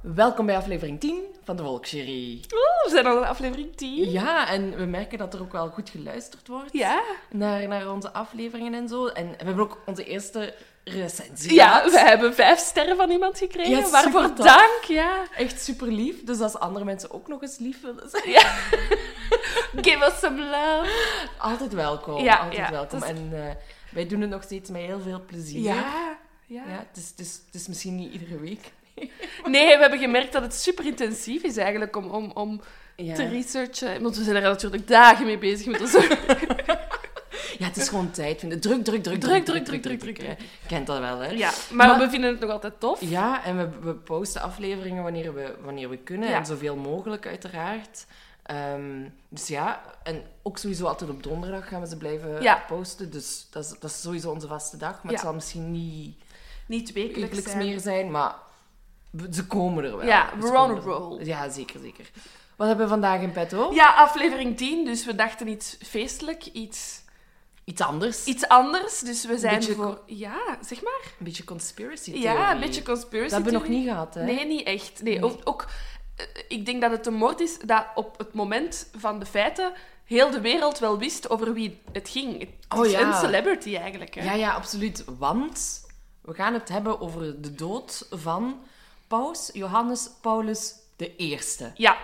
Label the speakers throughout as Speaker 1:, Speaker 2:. Speaker 1: Welkom bij aflevering 10 van de Wolkserie.
Speaker 2: Oeh, we zijn al in aflevering 10.
Speaker 1: Ja, en we merken dat er ook wel goed geluisterd wordt
Speaker 2: Ja.
Speaker 1: naar, naar onze afleveringen en zo. En we hebben ook onze eerste recensie
Speaker 2: Ja,
Speaker 1: gehad.
Speaker 2: we hebben vijf sterren van iemand gekregen.
Speaker 1: Ja,
Speaker 2: waarvoor
Speaker 1: supertof.
Speaker 2: dank, ja.
Speaker 1: Echt super lief, dus als andere mensen ook nog eens lief willen zijn,
Speaker 2: Give us some love.
Speaker 1: altijd welkom.
Speaker 2: Ja,
Speaker 1: altijd
Speaker 2: ja,
Speaker 1: welkom.
Speaker 2: dat is-
Speaker 1: En eh, wij doen het nog steeds met heel veel plezier.
Speaker 2: Ja. ja.
Speaker 1: Ja, het, is, het, is, het is misschien niet iedere week.
Speaker 2: Nee, we hebben gemerkt dat het super intensief is eigenlijk om, om, om
Speaker 1: Ja.
Speaker 2: te researchen. Want we zijn er natuurlijk dagen mee bezig met onze...
Speaker 1: ja, het is gewoon tijd vinden. Druk, druk, druk,
Speaker 2: Druk, druk, druk, druk,
Speaker 1: hè. Je kent dat wel, hè?
Speaker 2: Ja, maar,
Speaker 1: Maar-
Speaker 2: we vinden het nog altijd tof.
Speaker 1: Ja, en we, we posten afleveringen wanneer we, wanneer we kunnen.
Speaker 2: Ja.
Speaker 1: En zoveel mogelijk, uiteraard. Ehm, dus ja, en ook sowieso altijd op donderdag gaan we ze blijven
Speaker 2: Ja.
Speaker 1: posten. Dus dat is, dat is sowieso onze vaste dag. Maar
Speaker 2: Ja.
Speaker 1: het zal misschien niet
Speaker 2: Niet wekelijks
Speaker 1: wekelijks
Speaker 2: zijn.
Speaker 1: meer zijn, maar we- ze komen er wel.
Speaker 2: Ja,
Speaker 1: Ze
Speaker 2: we're
Speaker 1: komen
Speaker 2: on a
Speaker 1: er-
Speaker 2: roll.
Speaker 1: Ja, zeker, zeker. Wat hebben we vandaag in petto?
Speaker 2: Ja, aflevering 10, dus we dachten iets feestelijk, iets,
Speaker 1: Iets anders.
Speaker 2: iets anders. Dus we zijn
Speaker 1: Beetje
Speaker 2: voor... Ja, zeg maar.
Speaker 1: Een beetje conspiracy
Speaker 2: Ja, een
Speaker 1: theorie.
Speaker 2: beetje conspiracy
Speaker 1: Dat hebben we nog
Speaker 2: theorie.
Speaker 1: niet gehad, hè?
Speaker 2: Nee, niet echt. Nee,
Speaker 1: Nee.
Speaker 2: Ook, ook, eh, ik denk dat het een moord is dat op het moment van de feiten heel de wereld wel wist over wie het ging. Het
Speaker 1: Oh
Speaker 2: is
Speaker 1: ja.
Speaker 2: een celebrity eigenlijk. Hè?
Speaker 1: Ja, ja, absoluut. Want we gaan het hebben over de dood van Paus Johannes Paulus I.
Speaker 2: Ja.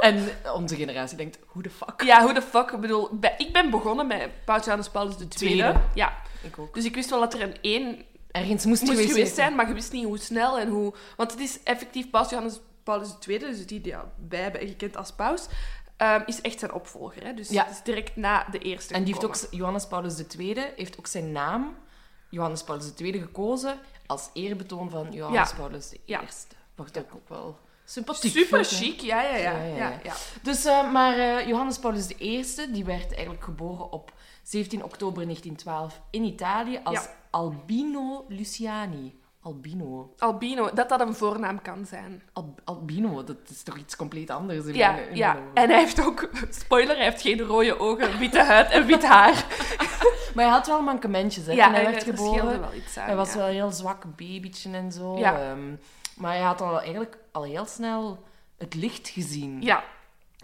Speaker 1: En onze generatie denkt, hoe de fuck?
Speaker 2: Ja, hoe de fuck? Ik bedoel, bij- ik ben begonnen met Paus Johannes Paulus II.
Speaker 1: Tweede.
Speaker 2: Ja.
Speaker 1: Ik ook.
Speaker 2: Dus ik wist wel dat er een één
Speaker 1: Ergens moest,
Speaker 2: moest
Speaker 1: geweest,
Speaker 2: geweest zijn, maar je wist niet hoe snel en hoe... Want het is effectief Paus Johannes Paulus II, dus die die ja, wij hebben gekend als paus, ehm, is echt zijn opvolger. Hè? Dus
Speaker 1: Ja.
Speaker 2: het is direct na de eerste
Speaker 1: En die heeft
Speaker 2: gekomen.
Speaker 1: ook, Johannes Paulus II heeft ook zijn naam, Johannes Paulus II, gekozen als eerbetoon van Johannes
Speaker 2: Ja.
Speaker 1: Paulus I.
Speaker 2: Ja.
Speaker 1: Wordt ook wel sympathiek.
Speaker 2: Super
Speaker 1: vind ik, hè?
Speaker 2: chic, ja ja ja.
Speaker 1: Ja,
Speaker 2: ja,
Speaker 1: ja, ja.
Speaker 2: ja,
Speaker 1: Dus, eh, maar eh, Johannes Paulus I, die werd eigenlijk geboren op 17 oktober 1912 in Italië als
Speaker 2: Ja.
Speaker 1: Albino Luciani. Albino.
Speaker 2: Albino, dat dat een voornaam kan zijn.
Speaker 1: Al- albino, dat is toch iets compleet anders? in
Speaker 2: Ja,
Speaker 1: mijn- in
Speaker 2: ja.
Speaker 1: mijn ogen.
Speaker 2: En hij heeft ook, spoiler, hij heeft geen rode ogen, witte huid en wit haar.
Speaker 1: Maar hij had wel mankementjes, hè?
Speaker 2: Ja,
Speaker 1: toen hij
Speaker 2: en
Speaker 1: werd
Speaker 2: er
Speaker 1: geboren.
Speaker 2: scheelde wel iets aan.
Speaker 1: Hij was
Speaker 2: ja.
Speaker 1: wel een heel zwak babytje en zo.
Speaker 2: Ja.
Speaker 1: ehm, maar hij had al eigenlijk al heel snel het licht gezien.
Speaker 2: Ja,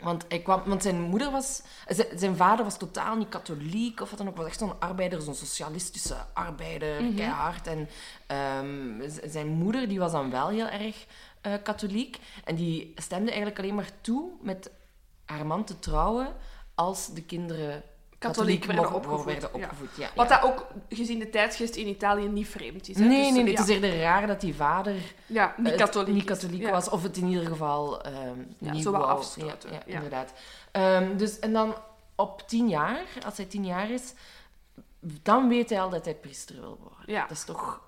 Speaker 1: Want, hij kwam, want zijn moeder was... z- Zijn vader was totaal niet katholiek of wat dan ook. was echt zo'n arbeider, zo'n socialistische arbeider,
Speaker 2: Mhm.
Speaker 1: keihard. En ehm, z- zijn moeder, die was dan wel heel erg eh, katholiek. En die stemde eigenlijk alleen maar toe met haar man te trouwen als de kinderen katholiek,
Speaker 2: Katholiek werden
Speaker 1: mogen-
Speaker 2: opgevoed,
Speaker 1: werden
Speaker 2: ja.
Speaker 1: opgevoed. Ja.
Speaker 2: wat
Speaker 1: ja.
Speaker 2: dat ook gezien de tijdsgeest in Italië niet vreemd is. hè.
Speaker 1: Nee,
Speaker 2: Dus,
Speaker 1: nee, nee,
Speaker 2: ja.
Speaker 1: het is eerder raar dat die vader
Speaker 2: Ja, niet
Speaker 1: het
Speaker 2: katholiek.
Speaker 1: niet
Speaker 2: is.
Speaker 1: katholiek
Speaker 2: Ja.
Speaker 1: was. Of het in ieder geval ehm
Speaker 2: Ja,
Speaker 1: niet
Speaker 2: zo wat
Speaker 1: wou.
Speaker 2: afstoten,
Speaker 1: Ja, ja,
Speaker 2: ja.
Speaker 1: inderdaad. Ehm, dus, en dan op tien jaar, als hij tien jaar is, dan weet hij al dat hij priester wil worden.
Speaker 2: Ja.
Speaker 1: Dat is toch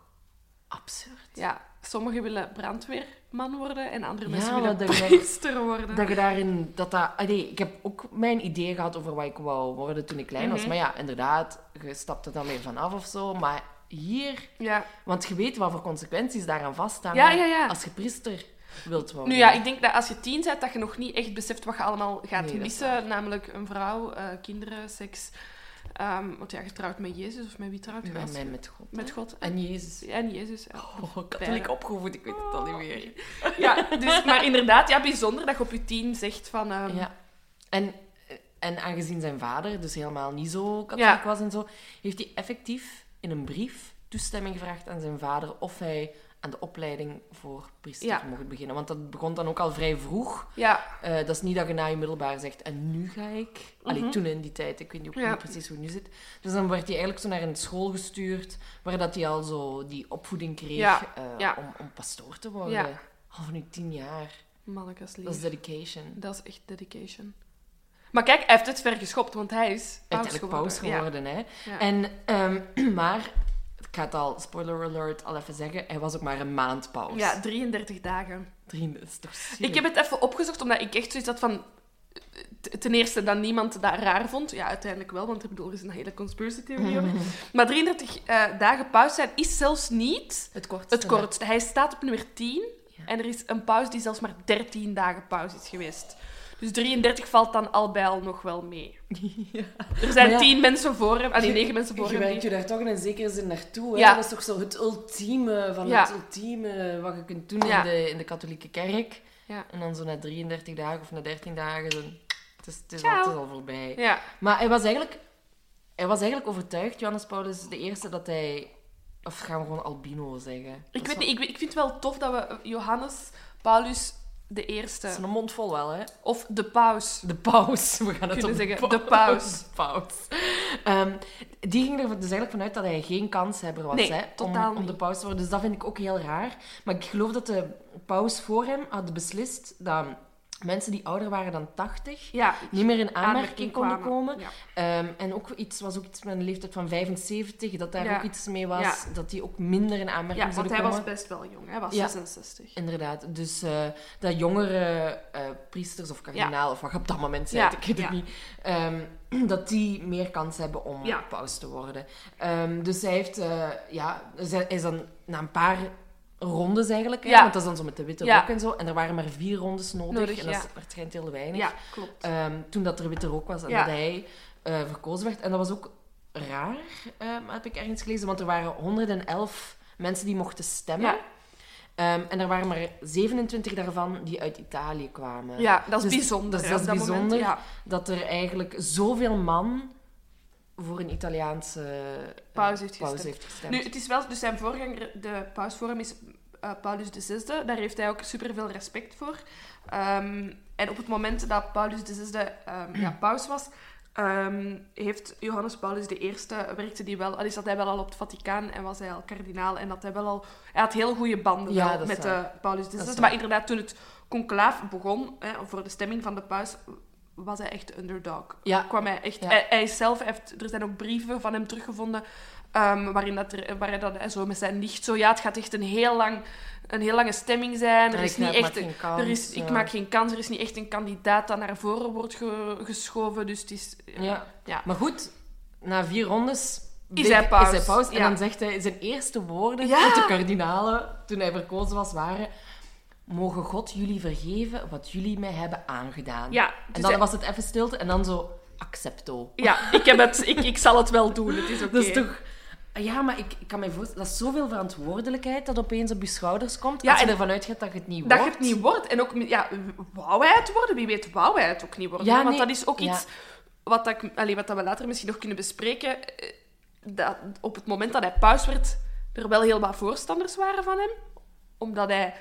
Speaker 1: absurd.
Speaker 2: Ja, sommigen willen brandweerman worden en andere
Speaker 1: Ja,
Speaker 2: mensen
Speaker 1: maar
Speaker 2: willen
Speaker 1: dat je daar-
Speaker 2: priester worden.
Speaker 1: Dat je daarin... Dat dat, ah, nee, ik heb ook mijn idee gehad over wat ik wou worden toen ik klein was.
Speaker 2: Mhm.
Speaker 1: Maar ja, inderdaad, je stapt er dan weer vanaf of zo. Maar hier...
Speaker 2: Ja.
Speaker 1: Want je weet wat voor consequenties daaraan vaststaan
Speaker 2: Ja, ja, ja.
Speaker 1: als je priester wilt worden.
Speaker 2: Nu ja, ik denk dat als je tien bent, dat je nog niet echt beseft wat je allemaal gaat
Speaker 1: Nee, dat is
Speaker 2: missen. Namelijk een vrouw, eh, kinderen, seks. Ehm, want ja, je trouwt met Jezus of met wie trouwt je?
Speaker 1: Met,
Speaker 2: Als-
Speaker 1: met, met God.
Speaker 2: Met God. En,
Speaker 1: En Jezus.
Speaker 2: en Jezus. Ja.
Speaker 1: Oh, katholiek opgevoed, ik weet het al niet meer.
Speaker 2: Ja, dus, maar inderdaad, ja, bijzonder dat je op je tien zegt van... ehm,
Speaker 1: Ja. En, en aangezien zijn vader dus helemaal niet zo katholiek
Speaker 2: Ja.
Speaker 1: was en zo, heeft hij effectief in een brief toestemming gevraagd aan zijn vader of hij aan de opleiding voor priester
Speaker 2: Ja.
Speaker 1: mocht beginnen. Want dat begon dan ook al vrij vroeg.
Speaker 2: ja,
Speaker 1: Eh, dat is niet dat je na je middelbaar zegt, en nu ga ik. Allee,
Speaker 2: Mhm.
Speaker 1: toen in die tijd, ik weet niet, ook
Speaker 2: Ja.
Speaker 1: niet precies hoe het nu zit. Dus dan werd hij eigenlijk zo naar een school gestuurd, waar dat hij al zo die opvoeding kreeg
Speaker 2: Ja,
Speaker 1: eh,
Speaker 2: ja.
Speaker 1: Om, om pastoor te worden.
Speaker 2: Ja.
Speaker 1: Al van uw tien jaar.
Speaker 2: mannekes lief.
Speaker 1: Dat is dedication.
Speaker 2: Dat is echt dedication. Maar kijk, hij heeft het ver geschopt, want hij is paus
Speaker 1: Uiteindelijk paus
Speaker 2: geworden.
Speaker 1: geworden, hè.
Speaker 2: Ja.
Speaker 1: En, ehm, maar, ik ga het al, spoiler alert, al even zeggen, hij was ook maar een maand paus.
Speaker 2: Ja. ja, 33 dagen.
Speaker 1: Drie, dat is toch zielig.
Speaker 2: Ik heb het even opgezocht, omdat ik echt zoiets had van... t- Ten eerste dat niemand dat raar vond. Ja, uiteindelijk wel, want ik bedoel, er is een hele conspiracy
Speaker 1: Mm.
Speaker 2: theorie over. Maar 33 eh, dagen paus zijn is zelfs niet
Speaker 1: het kort.
Speaker 2: het kortste. Hij staat op nummer 10
Speaker 1: Ja.
Speaker 2: en er is een paus die zelfs maar 13 dagen paus is geweest. Dus 33 valt dan al bij al nog wel mee. Er
Speaker 1: Maar
Speaker 2: zijn
Speaker 1: ja,
Speaker 2: 10 mensen voor hem, nee, 9 mensen voor
Speaker 1: Je
Speaker 2: hem.
Speaker 1: werkt
Speaker 2: die-
Speaker 1: je daar toch in een zekere zin naartoe. Hè?
Speaker 2: Ja.
Speaker 1: Dat is toch zo het ultieme van
Speaker 2: Ja.
Speaker 1: het ultieme wat je kunt doen
Speaker 2: Ja.
Speaker 1: in, de, in de katholieke kerk.
Speaker 2: Ja.
Speaker 1: En dan zo na 33 dagen of na 13 dagen, zo, het, is, het, is al,
Speaker 2: Ciao.
Speaker 1: het is al voorbij.
Speaker 2: Ja,
Speaker 1: Maar hij was eigenlijk, hij was eigenlijk overtuigd, Johannes Paulus de eerste, dat hij... Of gaan we gewoon albino zeggen? Dat
Speaker 2: ik
Speaker 1: is
Speaker 2: weet
Speaker 1: wel-
Speaker 2: niet, ik, ik vind het wel tof dat we Johannes Paulus de
Speaker 1: Het is
Speaker 2: Eerste,
Speaker 1: een mond vol wel, hè?
Speaker 2: of de paus,
Speaker 1: De paus. We gaan het
Speaker 2: Kunnen
Speaker 1: op
Speaker 2: zeggen, de paus.
Speaker 1: paus. Ehm, die ging er dus eigenlijk vanuit dat hij geen kanshebber was
Speaker 2: Nee,
Speaker 1: hè,
Speaker 2: totaal
Speaker 1: om, om de
Speaker 2: niet.
Speaker 1: paus te worden. Dus dat vind ik ook heel raar. Maar ik geloof dat de paus voor hem had beslist dat mensen die ouder waren dan 80
Speaker 2: ja,
Speaker 1: niet meer in aanmerking konden
Speaker 2: kwamen.
Speaker 1: komen.
Speaker 2: Ja.
Speaker 1: Ehm, en ook iets was ook iets met een leeftijd van 75, dat daar
Speaker 2: Ja.
Speaker 1: ook iets mee was, dat die ook minder in aanmerking
Speaker 2: Ja, want
Speaker 1: zouden
Speaker 2: hij
Speaker 1: komen.
Speaker 2: was best wel jong. Hij was
Speaker 1: Ja.
Speaker 2: 66.
Speaker 1: Inderdaad. Dus eh, dat jongere eh, priesters of kardinaal, of wat je op dat moment zei,
Speaker 2: Ja,
Speaker 1: ik weet het
Speaker 2: ja.
Speaker 1: niet, ehm, dat die meer kans hebben om
Speaker 2: Ja.
Speaker 1: paus te worden. Ehm, dus hij heeft, eh, ja, dus hij is dan na een paar rondes eigenlijk, hè,
Speaker 2: Ja.
Speaker 1: want dat is dan zo met de witte
Speaker 2: Ja.
Speaker 1: rok en zo, en er waren maar vier rondes nodig,
Speaker 2: Nodig,
Speaker 1: en dat is
Speaker 2: ja.
Speaker 1: waarschijnlijk heel weinig.
Speaker 2: Ja, klopt.
Speaker 1: Ehm, toen dat er witte rook was en
Speaker 2: Ja.
Speaker 1: dat hij eh, verkozen werd. En dat was ook raar, ehm, heb ik ergens gelezen, want er waren 111 mensen die mochten stemmen.
Speaker 2: Ja.
Speaker 1: Ehm, en er waren maar 27 daarvan die uit Italië kwamen.
Speaker 2: Ja, dat is
Speaker 1: Dus-
Speaker 2: bijzonder.
Speaker 1: dus
Speaker 2: hè,
Speaker 1: dat is
Speaker 2: op dat moment,
Speaker 1: bijzonder.
Speaker 2: ja.
Speaker 1: Dat er eigenlijk zoveel man voor een Italiaanse eh,
Speaker 2: Paus heeft
Speaker 1: paus
Speaker 2: gestemd.
Speaker 1: heeft gestemd.
Speaker 2: Nu, het is wel, dus zijn voorganger, de paus voor hem is eh, Paulus VI. Daar heeft hij ook superveel respect voor. Ehm, en op het moment dat Paulus VI ehm ja, paus was, ehm, heeft Johannes Paulus I, werkte die wel, al is dat hij wel al op het Vaticaan en was hij al kardinaal en dat hij wel al, hij had heel goede banden
Speaker 1: Ja,
Speaker 2: wel
Speaker 1: dat is
Speaker 2: met
Speaker 1: waar.
Speaker 2: eh, Paulus
Speaker 1: is
Speaker 2: VI.
Speaker 1: waar.
Speaker 2: Maar inderdaad, toen het conclaaf begon, hè, voor de stemming van de paus, was hij echt de underdog
Speaker 1: ja,
Speaker 2: kwam hij echt.
Speaker 1: Ja.
Speaker 2: Hij, hij is zelf, hij heeft, er zijn ook brieven van hem teruggevonden. ehm, waarin dat er, waarin dat hij zo met zijn nicht zo. Ja, het gaat echt een heel, lang, een heel lange stemming zijn. Er
Speaker 1: en
Speaker 2: is
Speaker 1: ik
Speaker 2: niet
Speaker 1: maak
Speaker 2: echt.
Speaker 1: geen kans,
Speaker 2: er is,
Speaker 1: ja.
Speaker 2: Ik maak geen kans. Er is niet echt een kandidaat dat naar voren wordt ge- geschoven. Dus het is.
Speaker 1: Ja.
Speaker 2: ja.
Speaker 1: Maar goed, na vier rondes
Speaker 2: Is hij paus.
Speaker 1: En
Speaker 2: Ja.
Speaker 1: dan zegt hij, zijn eerste woorden
Speaker 2: Ja.
Speaker 1: tot de kardinalen toen hij verkozen was, waren... Mogen God jullie vergeven wat jullie mij hebben aangedaan.
Speaker 2: Ja,
Speaker 1: en
Speaker 2: dus
Speaker 1: dan
Speaker 2: hij-
Speaker 1: was het even stilte en dan zo... Accepto.
Speaker 2: ja ik, heb het, ik, ik zal het wel doen. Het is oké.
Speaker 1: Dat is toch... Ja, maar ik, ik kan me voorstellen... Dat is zoveel verantwoordelijkheid dat opeens op je schouders komt.
Speaker 2: Ja,
Speaker 1: als je
Speaker 2: en-
Speaker 1: ervan uitgaat dat je het niet
Speaker 2: Dat je
Speaker 1: wordt.
Speaker 2: het niet wordt. En ook, ja, wou hij het worden? Wie weet, wou hij het ook niet worden?
Speaker 1: Ja,
Speaker 2: hè?
Speaker 1: nee,
Speaker 2: Want dat is ook
Speaker 1: ja.
Speaker 2: iets wat, dat ik, allee, wat dat we later misschien nog kunnen bespreken. eh, Dat op het moment dat hij paus werd, er wel heel wat voorstanders waren van hem. Omdat hij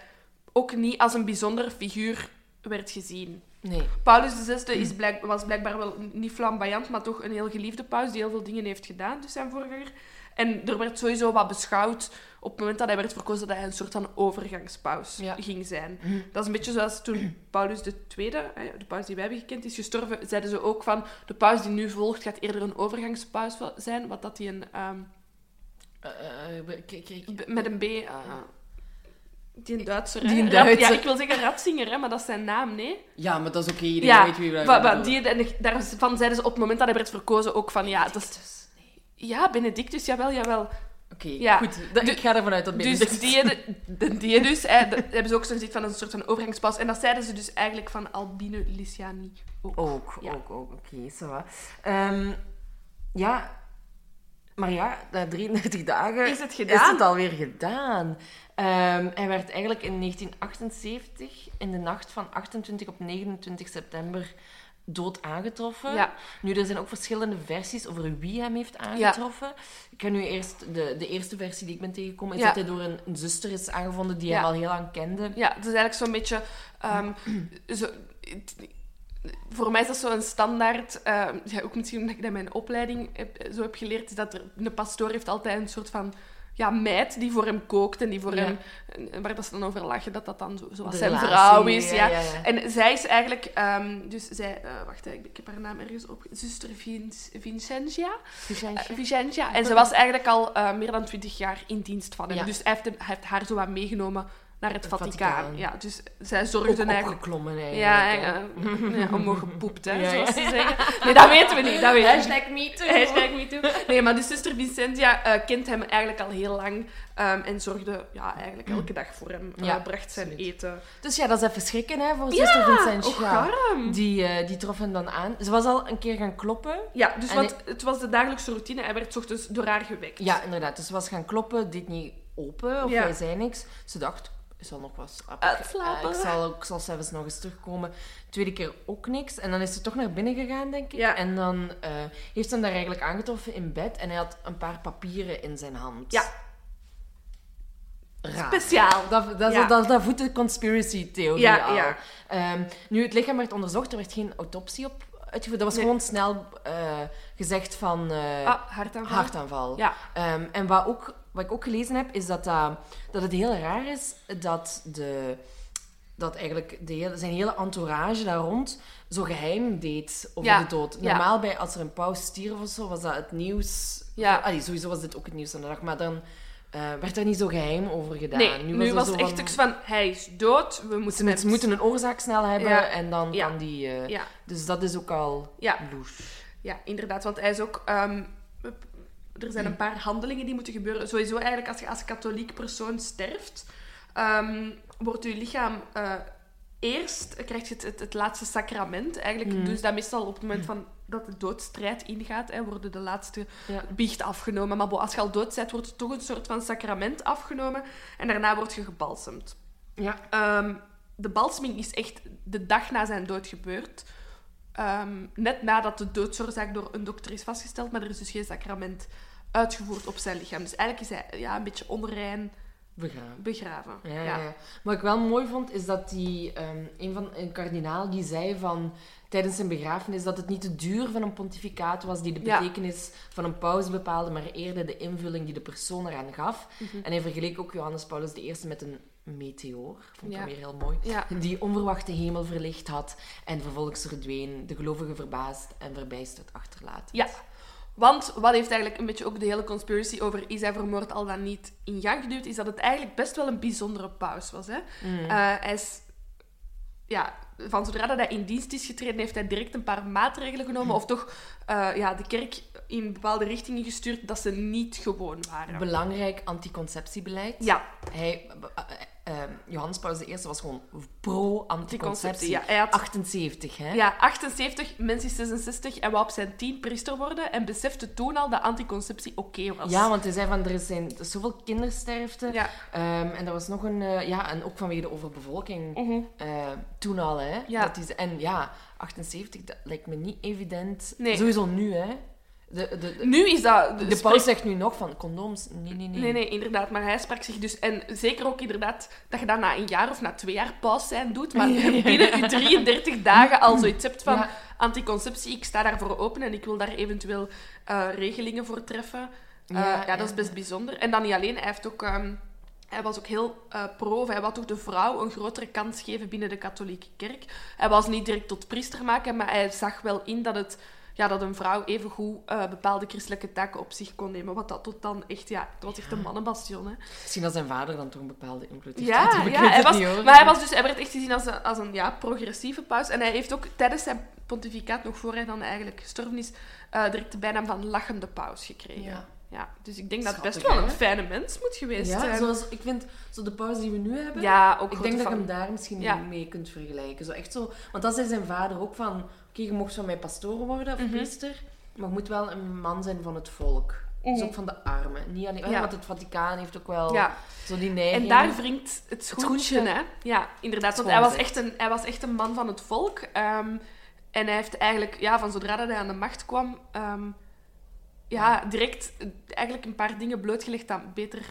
Speaker 2: ook niet als een bijzondere figuur werd gezien.
Speaker 1: Nee.
Speaker 2: Paulus VI is blijk, was blijkbaar wel niet flamboyant, maar toch een heel geliefde paus die heel veel dingen heeft gedaan, dus zijn voorganger. En er werd sowieso wat beschouwd op het moment dat hij werd verkozen dat hij een soort van overgangspaus
Speaker 1: Ja.
Speaker 2: ging zijn. Dat is een beetje zoals toen Paulus II, hè, de paus die wij hebben gekend, is gestorven, zeiden ze ook van de paus die nu volgt gaat eerder een overgangspaus wel- zijn, wat dat hij een, ehm,
Speaker 1: Eh, eh, kijk, kijk.
Speaker 2: b- met een B... eh, die een Duitser, hè?
Speaker 1: Die een
Speaker 2: Rat-
Speaker 1: Duitser.
Speaker 2: Ja, ik wil zeggen Ratzinger, hè, maar dat is zijn naam, nee?
Speaker 1: Ja, maar dat is oké. Iedereen
Speaker 2: Ja,
Speaker 1: weet wie we
Speaker 2: wa- wa- die, en de- daarvan zeiden ze op het moment dat hij werd verkozen ook van ja, dat is, ja Benedictus, jawel, jawel.
Speaker 1: Oké,
Speaker 2: Ja.
Speaker 1: goed. Dat-
Speaker 2: Du-
Speaker 1: ik ga ervan uit dat
Speaker 2: Dus
Speaker 1: Benedictus-
Speaker 2: die, die, die dus, hè, dat hebben ze ook zo'n zit van een soort van overgangspas. En dat zeiden ze dus eigenlijk van Albine Lyciani ook.
Speaker 1: Ook,
Speaker 2: Ja.
Speaker 1: ook, ook. Oké, ça va. Ehm, ja, maar ja, na 33 dagen
Speaker 2: Is het gedaan?
Speaker 1: is het alweer gedaan. Ehm, hij werd eigenlijk in 1978, in de nacht van 28 op 29 september, dood aangetroffen.
Speaker 2: Ja.
Speaker 1: Nu, er zijn ook verschillende versies over wie hem heeft aangetroffen. Ik ga nu eerst... De, de eerste versie die ik ben tegengekomen, is
Speaker 2: Ja.
Speaker 1: dat hij door een, een zuster is aangevonden die hem
Speaker 2: Ja.
Speaker 1: al heel lang kende.
Speaker 2: Ja, het is eigenlijk zo'n beetje... ehm, zo, het- voor mij is dat zo'n standaard... ehm, ja, ook misschien omdat ik dat in mijn opleiding heb- zo heb geleerd, is dat er, een pastoor heeft altijd een soort van... Ja, meid die voor hem kookt en die voor
Speaker 1: Ja.
Speaker 2: hem... en Waar dat ze dan over lachen, dat dat dan zo, zoals
Speaker 1: De
Speaker 2: zijn
Speaker 1: relatie,
Speaker 2: vrouw is. Ja,
Speaker 1: ja.
Speaker 2: En zij is eigenlijk... ehm, dus zij... eh, wacht, hè, ik, ik heb haar naam ergens op... Zuster Vin- Vincentia.
Speaker 1: Dus
Speaker 2: Eh, Vicentia. En ze was eigenlijk al eh, meer dan twintig jaar in dienst van hem.
Speaker 1: Ja.
Speaker 2: Dus hij heeft, hem- hij heeft haar zo wat meegenomen naar het
Speaker 1: Het
Speaker 2: Vaticaan.
Speaker 1: Vaticaan.
Speaker 2: Ja, dus zij
Speaker 1: Ook
Speaker 2: zorgden eigenlijk...
Speaker 1: opgeklommen eigenlijk.
Speaker 2: Ja,
Speaker 1: hè.
Speaker 2: ja, ja, omhoog gepoept, hè,
Speaker 1: Ja, ja.
Speaker 2: zoals ze zeggen. Nee, dat weten we niet, dat weten we niet.
Speaker 1: Hashtag me too.
Speaker 2: Hashtag me too. Nee, maar dus zuster Vincentia eh, kent hem eigenlijk al heel lang ehm, en zorgde ja, eigenlijk elke dag voor hem. eh
Speaker 1: Ja,
Speaker 2: bracht zijn
Speaker 1: absoluut.
Speaker 2: eten. Oh,
Speaker 1: Dus ja, dat is even schrikken hè, voor zuster Vincent.
Speaker 2: Och,
Speaker 1: Ja.
Speaker 2: arm.
Speaker 1: Die, eh, die trof hem dan aan. Ze was al een keer gaan kloppen.
Speaker 2: Ja, dus
Speaker 1: En
Speaker 2: want het was de dagelijkse routine. Hij werd 's ochtends door haar gewekt.
Speaker 1: Ja, inderdaad. Dus ze was gaan kloppen, dit niet open of
Speaker 2: Ja.
Speaker 1: hij zei niks. Ze dacht, ik zal nog wat Eh,
Speaker 2: Uitslapen.
Speaker 1: Ik zal, ik zal zelfs nog eens terugkomen. Tweede keer ook niks. En dan is ze toch naar binnen gegaan, denk ik.
Speaker 2: Ja.
Speaker 1: En dan eh, heeft ze hem daar eigenlijk aangetroffen in bed. En hij had een paar papieren in zijn hand.
Speaker 2: Ja.
Speaker 1: Raar.
Speaker 2: Speciaal.
Speaker 1: Dat, dat,
Speaker 2: Ja.
Speaker 1: dat, dat voedt de conspiracy-theorie
Speaker 2: Ja,
Speaker 1: al.
Speaker 2: ja.
Speaker 1: Ehm, nu, het lichaam werd onderzocht. Er werd geen autopsie op uitgevoerd. Dat was
Speaker 2: Nee.
Speaker 1: gewoon snel eh, gezegd van... eh,
Speaker 2: Ah, hartaanval.
Speaker 1: hartaanval.
Speaker 2: Ja.
Speaker 1: Ehm, en wat, ook, wat ik ook gelezen heb, is dat, dat, dat het heel raar is dat, de, dat eigenlijk de hele, zijn hele entourage daar rond zo geheim deed over
Speaker 2: Ja,
Speaker 1: de dood.
Speaker 2: ja.
Speaker 1: Normaal bij als er een paus stierf of zo, was dat het nieuws.
Speaker 2: Ja.
Speaker 1: Allee, sowieso was dit ook het nieuws van de dag, maar dan eh, werd er niet zo geheim over gedaan.
Speaker 2: nee, nu was,
Speaker 1: er zo
Speaker 2: het echt
Speaker 1: van,
Speaker 2: iets van, hij is dood, we moeten
Speaker 1: Ze
Speaker 2: hem...
Speaker 1: moeten een oorzaak snel hebben
Speaker 2: Ja.
Speaker 1: en dan
Speaker 2: Ja.
Speaker 1: kan die... eh,
Speaker 2: Ja,
Speaker 1: Dus dat is ook al
Speaker 2: ja.
Speaker 1: loes.
Speaker 2: Ja, inderdaad. Want hij is ook... ehm, er zijn een paar handelingen die moeten gebeuren. Sowieso eigenlijk, als je als katholiek persoon sterft, ehm, wordt je lichaam... eh, Eerst krijgt je het, het, het laatste sacrament. Eigenlijk
Speaker 1: Mhm.
Speaker 2: dus dat meestal op het moment van dat de doodstrijd ingaat, hè, worden de laatste
Speaker 1: Ja.
Speaker 2: biecht afgenomen. Maar bo- als je al dood bent, wordt er toch een soort van sacrament afgenomen. En daarna word je gebalsemd.
Speaker 1: Ja.
Speaker 2: Ehm, de balseming is echt de dag na zijn dood gebeurd. Ehm, net nadat de doodsoorzaak door een dokter is vastgesteld, maar er is dus geen sacrament uitgevoerd op zijn lichaam. Dus eigenlijk is hij ja, een beetje onrein
Speaker 1: We gaan.
Speaker 2: begraven.
Speaker 1: Ja, ja. ja. Wat ik wel mooi vond, is dat die, ehm, een, van, een kardinaal die zei van, tijdens zijn begrafenis dat het niet de duur van een pontificaat was die de
Speaker 2: Ja.
Speaker 1: betekenis van een paus bepaalde, maar eerder de invulling die de persoon eraan gaf.
Speaker 2: Mhm.
Speaker 1: En hij vergeleek ook Johannes Paulus I met een meteoor, vond ik
Speaker 2: Ja.
Speaker 1: dan weer heel mooi,
Speaker 2: Ja.
Speaker 1: die onverwachte hemel verlicht had en vervolgens verdween, de gelovigen verbaasd en verbijsterd achterlaten.
Speaker 2: Ja. Want wat heeft eigenlijk een beetje ook de hele conspiracy over is hij vermoord al dan niet in gang geduwd, is dat het eigenlijk best wel een bijzondere paus was. Hè?
Speaker 1: Mm.
Speaker 2: Eh, hij is, ja, van zodra dat hij in dienst is getreden, heeft hij direct een paar maatregelen genomen, of toch eh, ja, de kerk in bepaalde richtingen gestuurd dat ze niet gewoon waren.
Speaker 1: Belangrijk anticonceptiebeleid.
Speaker 2: Ja,
Speaker 1: Hij, eh, eh, Johannes Paulus I was gewoon pro-anticonceptie.
Speaker 2: Ja, hij had
Speaker 1: 78, hè?
Speaker 2: ja, 78, mensen 66 en wou op zijn 10 priester worden en besefte toen al dat anticonceptie oké was.
Speaker 1: Ja, want hij zei van er zijn er is zoveel kindersterfte.
Speaker 2: Ja.
Speaker 1: Ehm, en er was nog een, eh, ja, en ook vanwege de overbevolking
Speaker 2: Mhm.
Speaker 1: eh, toen al, hè?
Speaker 2: Ja.
Speaker 1: Dat is, en ja, 78, dat lijkt me niet evident.
Speaker 2: Nee.
Speaker 1: Sowieso nu, hè? De, de, de,
Speaker 2: Nu is dat...
Speaker 1: de paus zegt nu nog van condooms, nee, nee, nee.
Speaker 2: Nee, nee, inderdaad. Maar hij sprak zich dus... En zeker ook inderdaad dat je dat na een jaar of na twee jaar paus zijn doet. Maar
Speaker 1: Ja, ja.
Speaker 2: binnen je 33 dagen al zoiets hebt van
Speaker 1: Ja.
Speaker 2: anticonceptie. Ik sta daarvoor open en ik wil daar eventueel eh, regelingen voor treffen. Eh,
Speaker 1: Ja,
Speaker 2: ja,
Speaker 1: ja.
Speaker 2: dat is best bijzonder. En dan niet alleen. Hij, heeft ook, ehm, hij was ook heel eh, pro. of Hij wou toch de vrouw een grotere kans geven binnen de katholieke kerk. Hij was niet direct tot priester maken, maar hij zag wel in dat het... Ja, dat een vrouw evengoed eh bepaalde christelijke taken op zich kon nemen. Wat dat tot dan echt... Ja, dat was echt een mannenbastion, hè.
Speaker 1: Misschien dat zijn vader dan toch een bepaalde invloed heeft. gehad
Speaker 2: Ja,
Speaker 1: op, ik
Speaker 2: ja
Speaker 1: weet
Speaker 2: hij
Speaker 1: het
Speaker 2: was,
Speaker 1: niet, hoor.
Speaker 2: maar hij, was dus, hij werd echt gezien als een, als een ja, progressieve paus. En hij heeft ook tijdens zijn pontificaat, nog voor hij dan eigenlijk gestorven is, eh, direct de bijnaam van lachende paus gekregen. Ja.
Speaker 1: Ja.
Speaker 2: dus ik denk dat het best
Speaker 1: Schattig,
Speaker 2: wel een
Speaker 1: hè?
Speaker 2: fijne mens moet geweest
Speaker 1: Ja,
Speaker 2: zijn.
Speaker 1: zoals, ik vind, zo de pauze die we nu hebben,
Speaker 2: ja, ook
Speaker 1: Ik
Speaker 2: grote
Speaker 1: denk dat je hem
Speaker 2: fan.
Speaker 1: daar misschien
Speaker 2: Ja.
Speaker 1: mee kunt vergelijken. Zo echt zo, want dat zei zijn vader ook van... Oké, je mocht van mij pastoor worden of
Speaker 2: Mhm.
Speaker 1: priester, maar je moet wel een man zijn van het volk. Dus
Speaker 2: Mhm.
Speaker 1: ook van de armen. Niet alleen, oh
Speaker 2: Ja.
Speaker 1: Want het Vaticaan heeft ook wel
Speaker 2: Ja,
Speaker 1: zo die neiging.
Speaker 2: en daar wringt het schoentje,
Speaker 1: schoentje.
Speaker 2: hè. Ja, inderdaad.
Speaker 1: Het
Speaker 2: Want hij was,
Speaker 1: schoonzet.
Speaker 2: echt een, hij was echt een man van het volk. ehm, en hij heeft eigenlijk, ja, van zodra dat hij aan de macht kwam, ehm, ja, direct eh, eigenlijk een paar dingen blootgelegd dat beter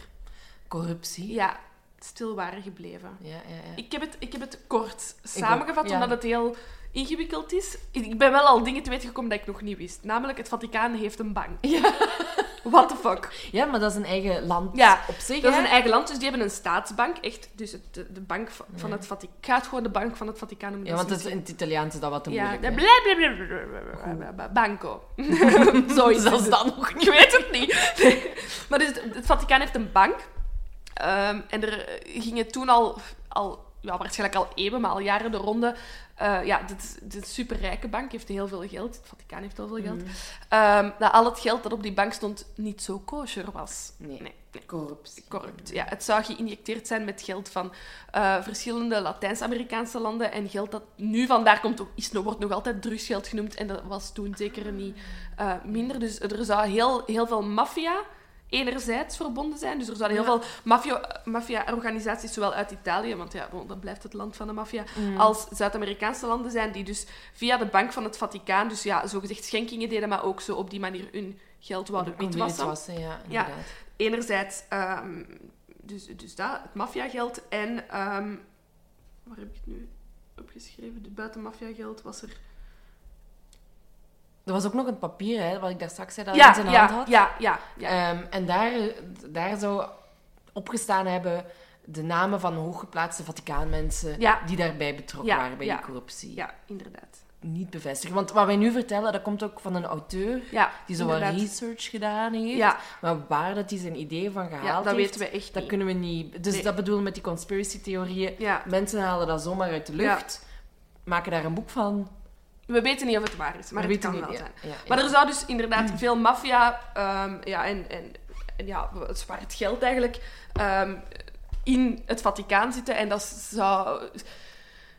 Speaker 1: Corruptie.
Speaker 2: ja, stil waren gebleven.
Speaker 1: Ja, ja, ja.
Speaker 2: Ik heb het, ik heb het kort samengevat,
Speaker 1: ook, ja.
Speaker 2: omdat het heel ingewikkeld is. Ik ik ben wel al dingen te weten gekomen dat ik nog niet wist. Namelijk, het Vaticaan heeft een bank.
Speaker 1: Ja.
Speaker 2: What the fuck?
Speaker 1: ja, maar dat is een eigen land
Speaker 2: Ja,
Speaker 1: op zich.
Speaker 2: Dat is
Speaker 1: hè?
Speaker 2: een eigen land, dus die hebben een staatsbank. Echt, dus het- de, de bank van, van
Speaker 1: Ja.
Speaker 2: het Vaticaan. Ik ga het gewoon de bank van het Vaticaan noemen.
Speaker 1: Ja, want
Speaker 2: dat
Speaker 1: het, in het Italiaans is dat wat te
Speaker 2: Ja,
Speaker 1: moeilijk. hè.
Speaker 2: blablabla. Banco. Zo is
Speaker 1: Zelfs Mm.
Speaker 2: dan nog. Ik weet het niet. Nee. Maar dus het, het Vaticaan heeft een bank. Ehm, en er eh, gingen toen al, al ja, waarschijnlijk al eeuwen, maar al jaren de ronde. eh, ja, dit, dit superrijke bank heeft heel veel geld. Het Vaticaan heeft heel veel
Speaker 1: Mhm.
Speaker 2: geld. Ehm, dat al het geld dat op die bank stond niet zo kosher was.
Speaker 1: Nee.
Speaker 2: nee, nee.
Speaker 1: Corruptie.
Speaker 2: Corrupt. Ja, het zou geïnjecteerd zijn met geld van eh, verschillende Latijns-Amerikaanse landen. En geld dat nu vandaar komt, ook- is, wordt nog altijd drugsgeld genoemd. En dat was toen zeker niet eh, minder. Dus er zou heel, heel veel maffia enerzijds verbonden zijn. Dus er zouden heel
Speaker 1: Ja.
Speaker 2: veel maffia- maffia-organisaties, zowel uit Italië, want ja, bon, dat blijft het land van de maffia,
Speaker 1: Mm.
Speaker 2: als Zuid-Amerikaanse landen zijn, die dus via de bank van het Vaticaan, dus ja, zogezegd schenkingen deden, maar ook zo op die manier hun geld wouden witwassen
Speaker 1: wassen, ja, inderdaad.
Speaker 2: enerzijds ehm, dus, dus dat, het maffiageld en ehm, waar heb ik het nu opgeschreven? De buiten maffiageld was er.
Speaker 1: Er was ook nog een papier, hè, wat ik daar straks zei, dat
Speaker 2: ja,
Speaker 1: in zijn hand
Speaker 2: ja,
Speaker 1: had.
Speaker 2: ja, ja, ja.
Speaker 1: Ehm, en daar, daar zou opgestaan hebben de namen van hooggeplaatste Vaticaanmensen
Speaker 2: Ja.
Speaker 1: die daarbij betrokken
Speaker 2: Ja,
Speaker 1: waren bij
Speaker 2: ja,
Speaker 1: die corruptie.
Speaker 2: Ja, inderdaad.
Speaker 1: Niet bevestigd. Want wat wij nu vertellen, dat komt ook van een auteur
Speaker 2: Ja,
Speaker 1: die zo wat
Speaker 2: inderdaad.
Speaker 1: research gedaan heeft.
Speaker 2: Ja.
Speaker 1: Maar waar dat hij zijn idee van gehaald
Speaker 2: Ja, dat
Speaker 1: heeft,
Speaker 2: weten we echt
Speaker 1: dat
Speaker 2: niet.
Speaker 1: kunnen we niet. Dus
Speaker 2: Nee.
Speaker 1: dat bedoel ik met die conspiracy theorieën.
Speaker 2: Ja.
Speaker 1: Mensen halen dat zomaar uit de lucht, maken daar een boek van.
Speaker 2: We weten niet of het waar is, maar
Speaker 1: We
Speaker 2: het
Speaker 1: weten
Speaker 2: kan
Speaker 1: niet,
Speaker 2: wel
Speaker 1: ja,
Speaker 2: zijn.
Speaker 1: ja, ja.
Speaker 2: Maar er zou dus inderdaad veel maffia ehm, ja, en, en, en ja, zwart geld eigenlijk ehm, in het Vaticaan zitten. En dat zou...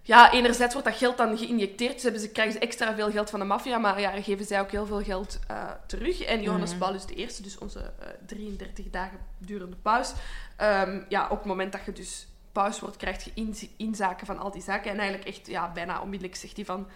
Speaker 2: Ja, enerzijds wordt dat geld dan geïnjecteerd, dus hebben ze, krijgen ze extra veel geld van de maffia, maar ja, geven zij ook heel veel geld eh, terug. En Johannes Paulus I, dus onze eh, 33 dagen durende paus, ehm, ja, op het moment dat je dus paus wordt, krijg je inz- inzaken van al die zaken. En eigenlijk echt ja, bijna onmiddellijk zegt hij van,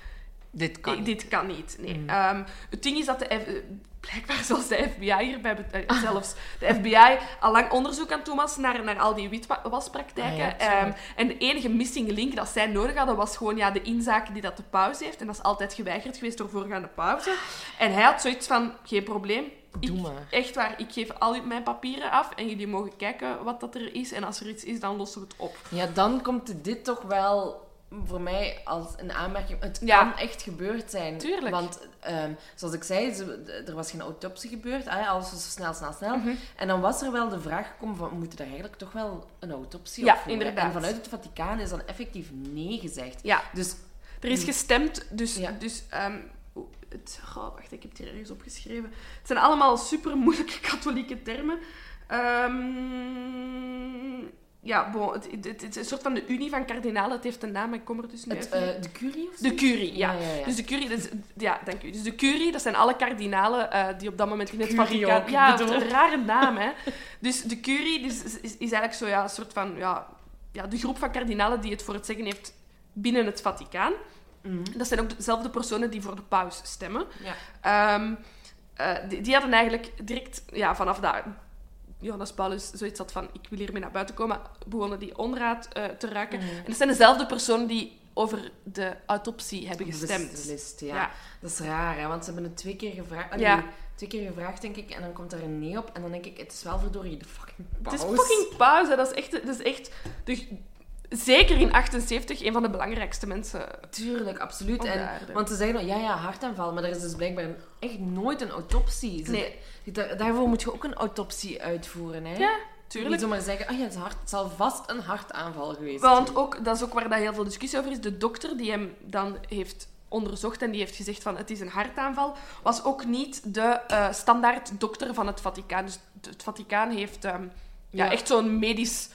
Speaker 1: Dit kan. Hmm. niet.
Speaker 2: dit kan niet. Nee. Ehm, het ding is dat de F- eh, blijkbaar zelfs de FBI hierbij bet-
Speaker 1: Ah.
Speaker 2: eh, zelfs de FBI al lang onderzoek aan toen was naar, naar al die
Speaker 1: Ah
Speaker 2: witwaspraktijken.
Speaker 1: ja, dat is waar.
Speaker 2: Ehm, en de enige missing link dat zij nodig hadden was gewoon ja, de inzake die dat de pauze heeft. En dat is altijd geweigerd geweest door voorgaande pauze. En hij had zoiets van geen probleem. Ik,
Speaker 1: Doe maar.
Speaker 2: Echt waar, ik geef al mijn papieren af en jullie mogen kijken wat dat er is. En als er iets is, dan lossen we het op.
Speaker 1: Ja, dan komt dit toch wel voor mij als een aanmerking. Het
Speaker 2: Ja.
Speaker 1: kan echt gebeurd zijn.
Speaker 2: Tuurlijk.
Speaker 1: Want ehm, zoals ik zei, ze- er was geen autopsie gebeurd. Ah, ja, alles was zo snel, snel, snel.
Speaker 2: Mhm.
Speaker 1: En dan was er wel de vraag gekomen van, we moeten daar eigenlijk toch wel een autopsie
Speaker 2: Ja,
Speaker 1: op voeren?
Speaker 2: inderdaad.
Speaker 1: En vanuit het Vaticaan is dan effectief nee gezegd.
Speaker 2: Ja.
Speaker 1: Dus
Speaker 2: Er is gestemd, dus...
Speaker 1: Ja.
Speaker 2: dus ehm, oeh, het, goh, wacht, ik heb het hier ergens opgeschreven. Het zijn allemaal super moeilijke katholieke termen. Ehm, ja, bon, het, het, het is een soort van de Unie van Kardinalen. Het heeft een naam, maar ik kom er dus nu
Speaker 1: het,
Speaker 2: even niet
Speaker 1: eh, de curie of zo?
Speaker 2: de curie, ja.
Speaker 1: Ja, ja, ja.
Speaker 2: Dus de curie, dat is- ja, dank u. Dus de curie, dat zijn alle kardinalen eh, die op dat moment in het
Speaker 1: Curie
Speaker 2: Vaticaan...
Speaker 1: ook,
Speaker 2: Ja,
Speaker 1: bedoel.
Speaker 2: een rare naam, hè. Dus de curie is, is, is eigenlijk zo, ja, een soort van, ja, ja, de groep van kardinalen die het voor het zeggen heeft binnen het Vaticaan.
Speaker 1: Mhm.
Speaker 2: Dat zijn ook dezelfde personen die voor de paus stemmen.
Speaker 1: Ja.
Speaker 2: Ehm, eh, die, die hadden eigenlijk direct ja, vanaf dat Johannes Paulus zoiets had van ik wil hiermee naar buiten komen, begonnen die onraad eh, te raken. En dat zijn dezelfde personen die over de autopsie hebben gestemd.
Speaker 1: Beslist, ja.
Speaker 2: Ja.
Speaker 1: Dat is raar, hè, want ze hebben het twee keer gevraagd. Ah,
Speaker 2: Ja.
Speaker 1: nee, twee keer gevraagd, denk ik. En dan komt daar een nee op. En dan denk ik, het is wel verdorie de fucking
Speaker 2: Het is
Speaker 1: paus.
Speaker 2: fucking pauze. Dat is echt, dat is echt de, zeker in 78 een van de belangrijkste mensen.
Speaker 1: Tuurlijk, absoluut.
Speaker 2: Op de
Speaker 1: En,
Speaker 2: aarde.
Speaker 1: want ze zeggen, dan, ja, ja, hartaanval. Maar er is dus blijkbaar echt nooit een autopsie. Ze-
Speaker 2: Nee.
Speaker 1: da- daarvoor moet je ook een autopsie uitvoeren, hè?
Speaker 2: Ja,
Speaker 1: Niet
Speaker 2: tuurlijk.
Speaker 1: zomaar zeggen, oh ja, het, is hart, het zal vast een hartaanval geweest
Speaker 2: Want ook, dat is ook waar dat heel veel discussie over is. De dokter die hem dan heeft onderzocht en die heeft gezegd van het is een hartaanval, was ook niet de eh, standaard dokter van het Vaticaan. Dus het Vaticaan heeft ehm, ja.
Speaker 1: Ja.
Speaker 2: echt zo'n medisch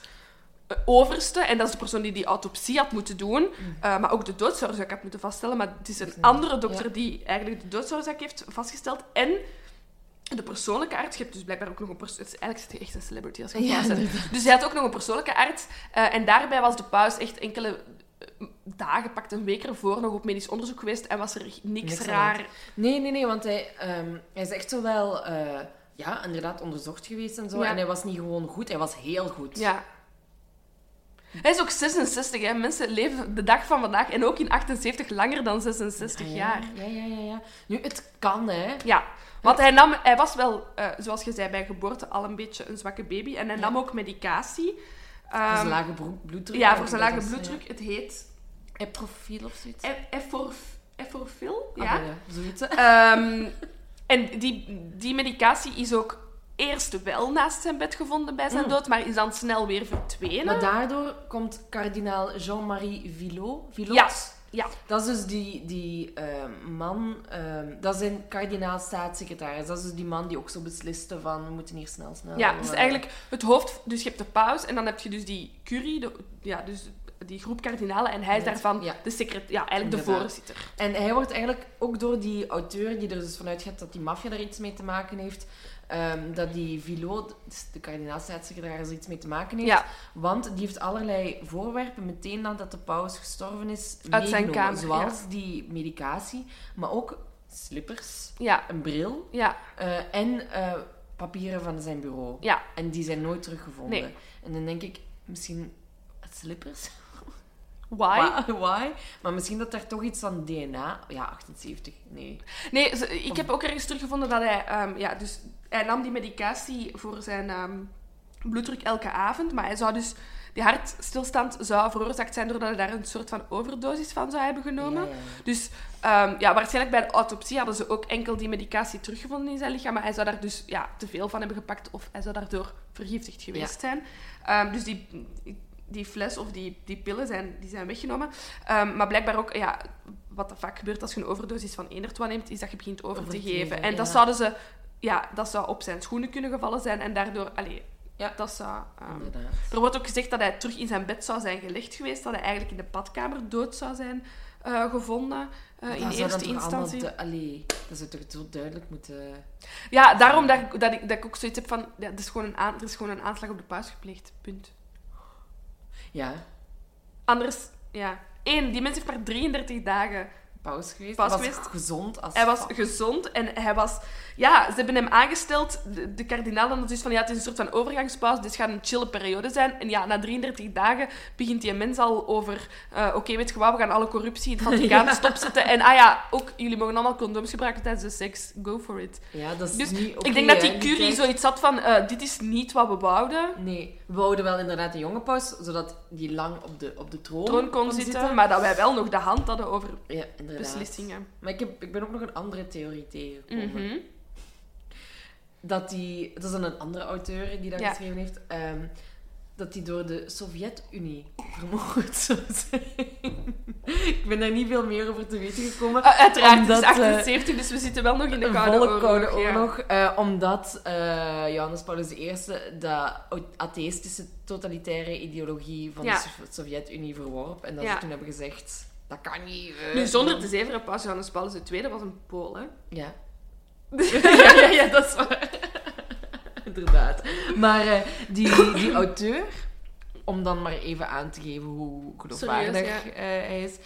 Speaker 2: eh, overste en dat is de persoon die die autopsie had moeten doen, eh, maar ook de doodsoorzaak had moeten vaststellen. Maar het is een andere dokter
Speaker 1: ja.
Speaker 2: die eigenlijk de doodsoorzaak heeft vastgesteld en de persoonlijke arts. Je hebt dus blijkbaar ook nog een persoon. Eigenlijk zit je echt een celebrity als je
Speaker 1: Ja,
Speaker 2: paus bent. Dus hij had ook nog een persoonlijke arts. eh, en daarbij was de paus echt enkele eh, dagen, pakt een week ervoor, nog op medisch onderzoek geweest. En was er niks,
Speaker 1: Niks aan
Speaker 2: raar.
Speaker 1: Nee, nee, nee, want hij, ehm, hij is echt zo wel, eh, ja, inderdaad onderzocht geweest en zo.
Speaker 2: Ja.
Speaker 1: En hij was niet gewoon goed, hij was heel goed.
Speaker 2: Ja. Hij is ook 66, hè. Mensen leven de dag van vandaag en ook in 78 langer dan 66
Speaker 1: Ah,
Speaker 2: jaar.
Speaker 1: Ja, ja, ja, ja. Nu, het kan, hè.
Speaker 2: Ja, want hij, nam, hij was wel, eh, zoals je zei, bij geboorte al een beetje een zwakke baby. En hij nam ook medicatie.
Speaker 1: Voor
Speaker 2: Ehm,
Speaker 1: zijn lage bro- bloeddruk. denk
Speaker 2: ja, voor
Speaker 1: ik dat
Speaker 2: zijn lage
Speaker 1: was,
Speaker 2: bloeddruk. Het heet
Speaker 1: Ja. Eprofiel of zoiets.
Speaker 2: e- eforf- eforfil.
Speaker 1: Ah,
Speaker 2: Ja.
Speaker 1: ja, zoiets. hè.
Speaker 2: Ehm, en die, die medicatie is ook eerst wel naast zijn bed gevonden bij zijn dood, maar is dan snel weer verdwenen.
Speaker 1: Hmm. Maar daardoor komt kardinaal Jean-Marie Villot. Villot?
Speaker 2: Ja, ja.
Speaker 1: Dat is dus die, die ehm, man, ehm, dat is een kardinaal staatssecretaris. Dat is dus die man die ook zo besliste van, we moeten hier snel, snel. eh,
Speaker 2: Ja, dus eigenlijk het hoofd. Dus je hebt de paus en dan heb je dus die curie, de, ja, dus die groep kardinalen. En hij is
Speaker 1: Ja.
Speaker 2: daarvan
Speaker 1: Ja.
Speaker 2: de secret, ja, eigenlijk de
Speaker 1: Inderdaad.
Speaker 2: voorzitter.
Speaker 1: En hij wordt eigenlijk ook door die auteur, die er dus vanuit gaat dat die maffia er iets mee te maken heeft, ehm, dat die Villot, dus de kardinaal staatssecretaris, er iets mee te maken heeft.
Speaker 2: Ja.
Speaker 1: Want die heeft allerlei voorwerpen meteen nadat de paus gestorven is
Speaker 2: Uit zijn
Speaker 1: meegenomen.
Speaker 2: kamer,
Speaker 1: Zoals die medicatie, maar ook slippers,
Speaker 2: Ja,
Speaker 1: een bril
Speaker 2: ja,
Speaker 1: eh, en eh, papieren van zijn bureau.
Speaker 2: ja.
Speaker 1: En die zijn nooit teruggevonden.
Speaker 2: Nee.
Speaker 1: En dan denk ik, misschien slippers?
Speaker 2: Why?
Speaker 1: Why? Why? Maar misschien dat daar toch iets van DNA... Ja, 78. Nee.
Speaker 2: Nee, ze- ik heb ook ergens teruggevonden dat hij... ehm, ja, dus hij nam die medicatie voor zijn ehm, bloeddruk elke avond. Maar hij zou dus... Die hartstilstand zou veroorzaakt zijn doordat hij daar een soort van overdosis van zou hebben genomen.
Speaker 1: Ja, ja, ja.
Speaker 2: Dus ehm, ja, waarschijnlijk bij de autopsie hadden ze ook enkel die medicatie teruggevonden in zijn lichaam. Maar hij zou daar dus ja, te veel van hebben gepakt of hij zou daardoor vergiftigd geweest zijn. Ehm, dus die, die fles of die, die pillen zijn, die zijn weggenomen. Ehm, maar blijkbaar ook, ja, wat er vaak gebeurt als je een overdosis van Enertwa neemt, is dat je begint over,
Speaker 1: Over
Speaker 2: te
Speaker 1: te
Speaker 2: geven.
Speaker 1: geven,
Speaker 2: En dat
Speaker 1: ja.
Speaker 2: zouden ze, ja, dat zou op zijn schoenen kunnen gevallen zijn. En daardoor, allee, ja.
Speaker 1: Ja.
Speaker 2: dat zou... ehm,
Speaker 1: Inderdaad.
Speaker 2: er wordt ook gezegd dat hij terug in zijn bed zou zijn gelegd geweest, dat hij eigenlijk in de badkamer dood zou zijn eh, gevonden eh,
Speaker 1: Maar
Speaker 2: in
Speaker 1: dat zou dan
Speaker 2: eerste
Speaker 1: toch allemaal
Speaker 2: instantie.
Speaker 1: te- allee, dat zou toch zo duidelijk moeten...
Speaker 2: Ja, daarom dat, ik- dat, ik, dat ik ook zoiets heb van, ja, er, is gewoon een aan- er is gewoon een aanslag op de paus gepleegd, punt.
Speaker 1: Ja,
Speaker 2: Anders, ja. Eén, die mens heeft maar 33 dagen.
Speaker 1: paus geweest.
Speaker 2: Paus
Speaker 1: Hij was
Speaker 2: geweest.
Speaker 1: gezond als
Speaker 2: Hij was
Speaker 1: fuck.
Speaker 2: gezond en hij was... Ja, ze hebben hem aangesteld, de, de kardinaal, dan dus van, ja, het is een soort van overgangspaus, dus het gaat een chille periode zijn. En ja, na 33 dagen begint die mens al over, eh, oké, weet je wat, we gaan alle corruptie in het Vaticaan stopzetten. En ah ja, ook, jullie mogen allemaal condooms gebruiken tijdens de seks, go for it.
Speaker 1: Ja, dat is
Speaker 2: Dus
Speaker 1: niet oké,
Speaker 2: ik denk dat
Speaker 1: hè,
Speaker 2: die curie
Speaker 1: tijd.
Speaker 2: zoiets had van, eh, dit is niet wat we wouden.
Speaker 1: Nee, we wouden wel inderdaad een jonge paus, zodat die lang op de, op de troon,
Speaker 2: troon kon zitten, maar dat wij wel nog de hand hadden over
Speaker 1: Ja, inderdaad.
Speaker 2: beslissingen.
Speaker 1: Maar ik, heb, ik ben ook nog een andere theorie tegengekomen.
Speaker 2: Mhm.
Speaker 1: dat die, dat is dan een andere auteur die dat
Speaker 2: Ja.
Speaker 1: geschreven heeft, ehm, dat die door de Sovjet-Unie vermoord zou zijn. ik ben daar niet veel meer over te weten gekomen.
Speaker 2: Eh, uiteraard,
Speaker 1: Omdat,
Speaker 2: het
Speaker 1: eh,
Speaker 2: is 78, dus we zitten wel nog in de
Speaker 1: Een
Speaker 2: Koude
Speaker 1: volle
Speaker 2: Oorlog.
Speaker 1: koude
Speaker 2: ja.
Speaker 1: oorlog, eh, omdat eh, Johannes Paulus I de atheïstische totalitaire ideologie van
Speaker 2: Ja.
Speaker 1: de Sov- Sovjet-Unie verworp. En dat
Speaker 2: Ja.
Speaker 1: ze toen hebben gezegd, dat kan niet. eh,
Speaker 2: Nu, zonder te zeveren, pas Johannes Paulus II was een Pool, hè?
Speaker 1: Ja,
Speaker 2: ja, ja, ja, dat is waar.
Speaker 1: Inderdaad. Maar eh, die, die auteur, om dan maar even aan te geven hoe geloofwaardig
Speaker 2: Serieus, ja.
Speaker 1: eh, hij is,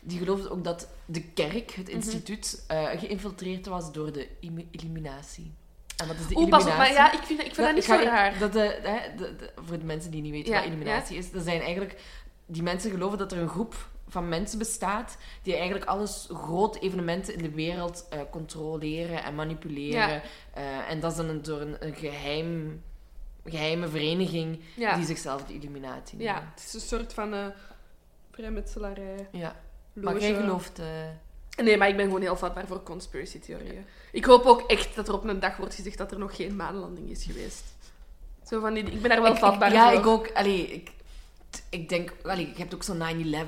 Speaker 1: die geloofde ook dat de kerk, het
Speaker 2: Mhm.
Speaker 1: instituut, eh, geïnfiltreerd was door de im- illuminatie. En wat is de
Speaker 2: Oeh, pas op,
Speaker 1: illuminatie?
Speaker 2: maar ja, ik vind, dat- ik vind dat niet
Speaker 1: ga
Speaker 2: zo
Speaker 1: je-
Speaker 2: raar.
Speaker 1: Dat de, hè, de- de- voor de mensen die niet weten
Speaker 2: Ja,
Speaker 1: wat illuminatie is, dat zijn eigenlijk... Die mensen geloven dat er een groep van mensen bestaat die eigenlijk alles groot evenementen in de wereld eh, controleren en manipuleren.
Speaker 2: Ja.
Speaker 1: Eh, en dat is dan een- door een, een geheim, geheime vereniging
Speaker 2: Ja,
Speaker 1: die zichzelf de Illuminati noemt.
Speaker 2: ja het is een soort van eh vrijmetselarij.
Speaker 1: Ja. Maar
Speaker 2: loge.
Speaker 1: jij gelooft... eh,
Speaker 2: Nee, maar ik ben gewoon heel vatbaar voor conspiracy theorieën. Ik hoop ook echt dat er op een dag wordt gezegd dat er nog geen maanlanding is geweest. Zo van die, ik ben daar wel
Speaker 1: Ik- ik-
Speaker 2: vatbaar
Speaker 1: ja,
Speaker 2: voor.
Speaker 1: ik ook. Allee, ik, t- ik denk, allee, je hebt ook zo'n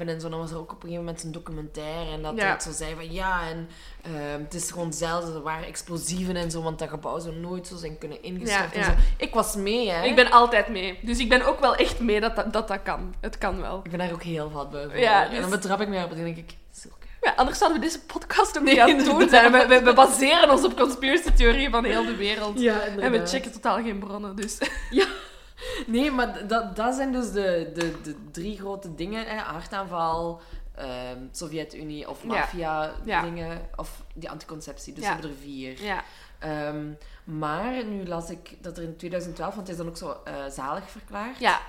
Speaker 1: 9-11 en zo. Dan was er ook op een gegeven moment een documentaire. En dat
Speaker 2: Ja.
Speaker 1: het zo zei van ja, en ehm, het is gewoon zelden. Er waren explosieven en zo, want dat gebouw zou nooit zo zijn kunnen ingestort.
Speaker 2: Ja,
Speaker 1: en
Speaker 2: ja.
Speaker 1: Zo. Ik was mee, hè.
Speaker 2: Ik ben altijd mee. Dus ik ben ook wel echt mee dat dat, dat, dat kan. Het kan wel.
Speaker 1: ik ben daar ook heel vatbaar voor.
Speaker 2: Ja,
Speaker 1: En
Speaker 2: dus-
Speaker 1: dan betrap ik mij op en denk ik, zulke.
Speaker 2: Ja, anders zouden we deze podcast ook niet aan het doen
Speaker 1: inderdaad.
Speaker 2: zijn. We, we, we baseren ons op conspiracy theorieën van heel de wereld.
Speaker 1: Ja,
Speaker 2: En we checken totaal geen bronnen, dus...
Speaker 1: Nee, maar d- dat, dat zijn dus de, de, de drie grote dingen. Hè? Hartaanval, ehm, Sovjet-Unie of
Speaker 2: Ja. Ja.
Speaker 1: maffia-dingen. Of die anticonceptie. Dus
Speaker 2: Ja.
Speaker 1: we hebben er vier.
Speaker 2: Ja.
Speaker 1: Ehm, maar nu las ik dat er in 2012, want het is dan ook zo eh, zalig verklaard,
Speaker 2: Ja.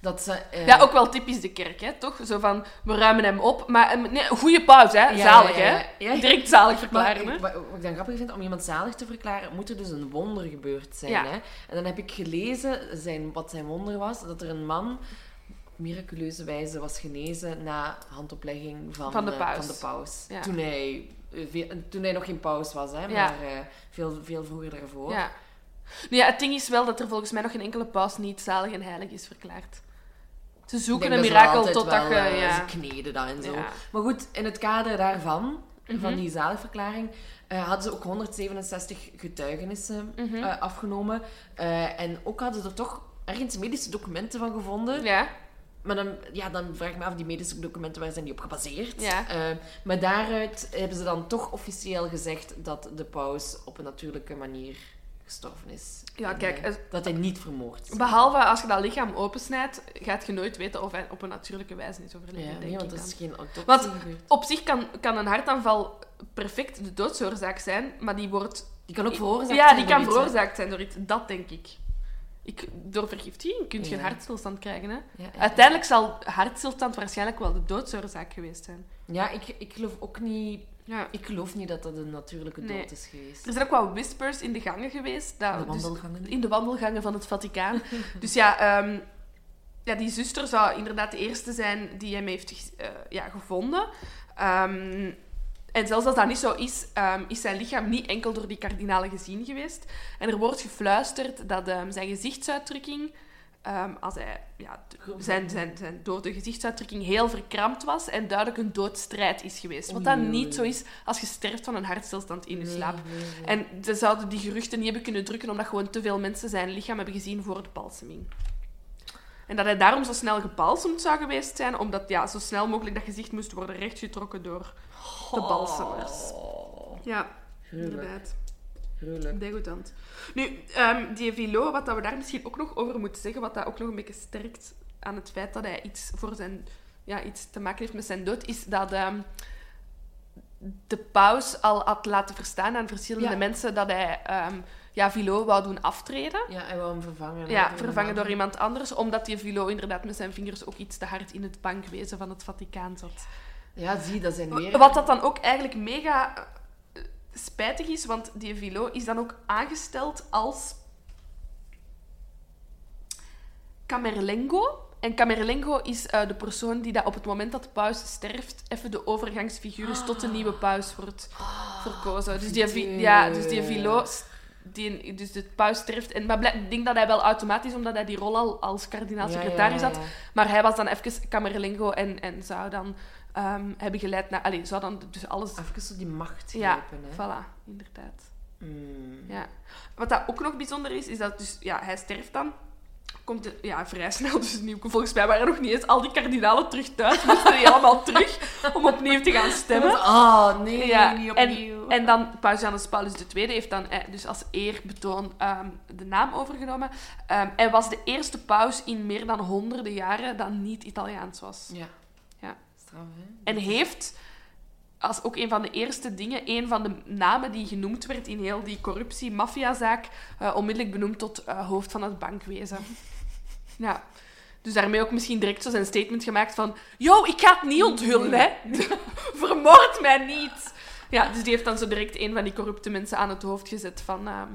Speaker 1: dat ze... eh,
Speaker 2: ja, ook wel typisch de kerk, hè, toch? Zo van, we ruimen hem op. Maar een nee, een goede pauze, hè?
Speaker 1: ja,
Speaker 2: Zalig,
Speaker 1: ja, ja,
Speaker 2: hè?
Speaker 1: ja. Ja.
Speaker 2: Direct zalig
Speaker 1: Maar
Speaker 2: verklaren, hè?
Speaker 1: ik- wat wat ik dan grappig vind, om iemand zalig te verklaren, moet er dus een wonder gebeurd zijn.
Speaker 2: Ja.
Speaker 1: Hè? En dan heb ik gelezen zijn, wat zijn wonder was, dat er een man op miraculeuze wijze was genezen na handoplegging van,
Speaker 2: Van de
Speaker 1: eh,
Speaker 2: paus.
Speaker 1: Van de paus.
Speaker 2: Ja.
Speaker 1: Toen, hij, eh, veel- toen hij nog geen paus was, hè?
Speaker 2: Ja.
Speaker 1: maar eh, veel, veel vroeger daarvoor.
Speaker 2: Ja. Nu ja, het ding is wel dat er volgens mij nog geen enkele paus niet zalig en heilig is verklaard. Ze
Speaker 1: Ik
Speaker 2: zoeken
Speaker 1: denk
Speaker 2: een
Speaker 1: dat ze
Speaker 2: mirakel
Speaker 1: altijd
Speaker 2: totdat
Speaker 1: wel,
Speaker 2: je...
Speaker 1: eh,
Speaker 2: ja.
Speaker 1: Ze kneden dat en zo.
Speaker 2: Ja.
Speaker 1: Maar goed, in het kader daarvan,
Speaker 2: Mhm.
Speaker 1: van die zaligverklaring, eh, hadden ze ook 167 getuigenissen
Speaker 2: Mhm.
Speaker 1: eh, afgenomen. Eh, en ook hadden ze er toch ergens medische documenten van gevonden.
Speaker 2: ja.
Speaker 1: Maar dan, ja, dan vraag ik me af, die medische documenten, waar zijn die op gebaseerd?
Speaker 2: Ja.
Speaker 1: Eh, maar daaruit hebben ze dan toch officieel gezegd dat de paus op een natuurlijke manier gestorven is.
Speaker 2: Ja,
Speaker 1: En,
Speaker 2: kijk,
Speaker 1: eh,
Speaker 2: als-
Speaker 1: dat hij niet vermoord is.
Speaker 2: Behalve als je dat lichaam opensnijdt, gaat je nooit weten of hij op een natuurlijke wijze is
Speaker 1: Ja,
Speaker 2: overleden, denk
Speaker 1: nee,
Speaker 2: ik
Speaker 1: want er
Speaker 2: dan.
Speaker 1: is geen autopsie
Speaker 2: Want-
Speaker 1: gebeurd.
Speaker 2: Op zich kan, kan een hartaanval perfect de doodsoorzaak zijn, maar die wordt...
Speaker 1: Die kan ook veroorzaakt
Speaker 2: Ja,
Speaker 1: zijn
Speaker 2: die
Speaker 1: door
Speaker 2: kan
Speaker 1: iets, hè.
Speaker 2: veroorzaakt zijn door iets. Dat denk ik. ik door vergiftiging kun je een
Speaker 1: Ja.
Speaker 2: hartstilstand krijgen, hè.
Speaker 1: Ja, ja.
Speaker 2: Uiteindelijk zal hartstilstand waarschijnlijk wel de doodsoorzaak geweest zijn.
Speaker 1: Ja, ik, ik geloof ook niet...
Speaker 2: Ja.
Speaker 1: Ik geloof niet dat dat een natuurlijke dood
Speaker 2: Nee.
Speaker 1: is geweest.
Speaker 2: Er zijn ook wel whispers in de gangen geweest. Dat,
Speaker 1: de
Speaker 2: dus-
Speaker 1: wandelgangen.
Speaker 2: in de wandelgangen van het Vaticaan. dus ja, ehm, ja, die zuster zou inderdaad de eerste zijn die hem heeft ge- eh, ja, gevonden. Ehm, en zelfs als dat niet zo is, ehm, is zijn lichaam niet enkel door die kardinalen gezien geweest. En er wordt gefluisterd dat ehm, zijn gezichtsuitdrukking, ehm, als hij, ja, d- zijn, zijn, zijn dode gezichtsuitdrukking heel verkrampt was en duidelijk een doodstrijd is geweest. Wat dat
Speaker 1: Oei, oei,
Speaker 2: niet
Speaker 1: oei.
Speaker 2: zo is als je sterft van een hartstilstand in je
Speaker 1: Nee,
Speaker 2: slaap.
Speaker 1: nee, nee.
Speaker 2: En ze zouden die geruchten niet hebben kunnen drukken omdat gewoon te veel mensen zijn lichaam hebben gezien voor de balseming. En dat hij daarom zo snel gebalsemd zou geweest zijn, omdat ja, zo snel mogelijk dat gezicht moest worden rechtgetrokken door de balsemers.
Speaker 1: Oh,
Speaker 2: Ja,
Speaker 1: gruwelijk,
Speaker 2: inderdaad.
Speaker 1: gruwelijk.
Speaker 2: Degoutant. Nu, ehm, die Vilo, wat dat we daar misschien ook nog over moeten zeggen, wat dat ook nog een beetje sterkt aan het feit dat hij iets, voor zijn, ja, iets te maken heeft met zijn dood, is dat ehm, de paus al had laten verstaan aan verschillende
Speaker 1: Ja.
Speaker 2: mensen dat hij ehm ja, Vilo wou doen aftreden.
Speaker 1: Ja, hij wou hem vervangen.
Speaker 2: Ja,
Speaker 1: Door
Speaker 2: vervangen
Speaker 1: een
Speaker 2: door
Speaker 1: ander.
Speaker 2: iemand anders, omdat die Vilo inderdaad met zijn vingers ook iets te hard in het bankwezen van het Vaticaan zat.
Speaker 1: Ja, zie, dat zijn weer...
Speaker 2: Wat dat dan ook eigenlijk mega eh, spijtig is, want die Vilo is dan ook aangesteld als Camerlengo. En Camerlengo is eh, de persoon die dat op het moment dat de paus sterft, even de overgangsfiguur is tot de nieuwe paus wordt verkozen. Dus die, Vi- ja, dus die Vilo, s- die, dus de paus sterft. En, maar blijk- ik denk dat hij wel automatisch, omdat hij die rol al als
Speaker 1: Ja, ja,
Speaker 2: kardinaal-secretaris
Speaker 1: ja,
Speaker 2: had,
Speaker 1: ja.
Speaker 2: maar hij was dan even Camerlingo en, en zou dan ehm, hebben geleid naar... Allee, zou dan dus alles...
Speaker 1: Even zo die macht
Speaker 2: Ja,
Speaker 1: grijpen, hè.
Speaker 2: voilà, inderdaad.
Speaker 1: Mm.
Speaker 2: Ja. Wat dat ook nog bijzonder is, is dat dus... Ja, hij sterft dan. Komt de- ja, vrij snel dus nieuw. Volgens mij waren er nog niet eens al die kardinalen terug thuis. Moesten die allemaal terug om opnieuw te gaan stemmen.
Speaker 1: Oh, nee,
Speaker 2: Ja,
Speaker 1: niet
Speaker 2: en-
Speaker 1: opnieuw.
Speaker 2: En dan Paus Johannes Paulus II heeft dan eh, dus als eerbetoon ehm, de naam overgenomen. Ehm, hij was de eerste paus in meer dan honderden jaren dat niet Italiaans was.
Speaker 1: Ja.
Speaker 2: Ja.
Speaker 1: Straf, hè?
Speaker 2: En heeft als ook een van de eerste dingen, een van de namen die genoemd werd in heel die corruptie-maffiazaak, eh, onmiddellijk benoemd tot eh, hoofd van het bankwezen. Ja. Dus daarmee ook misschien direct zo zijn statement gemaakt van... Yo, ik ga het niet onthullen, hè. Vermoord mij niet. Ja, dus die heeft dan zo direct een van die corrupte mensen aan het hoofd gezet van... ehm,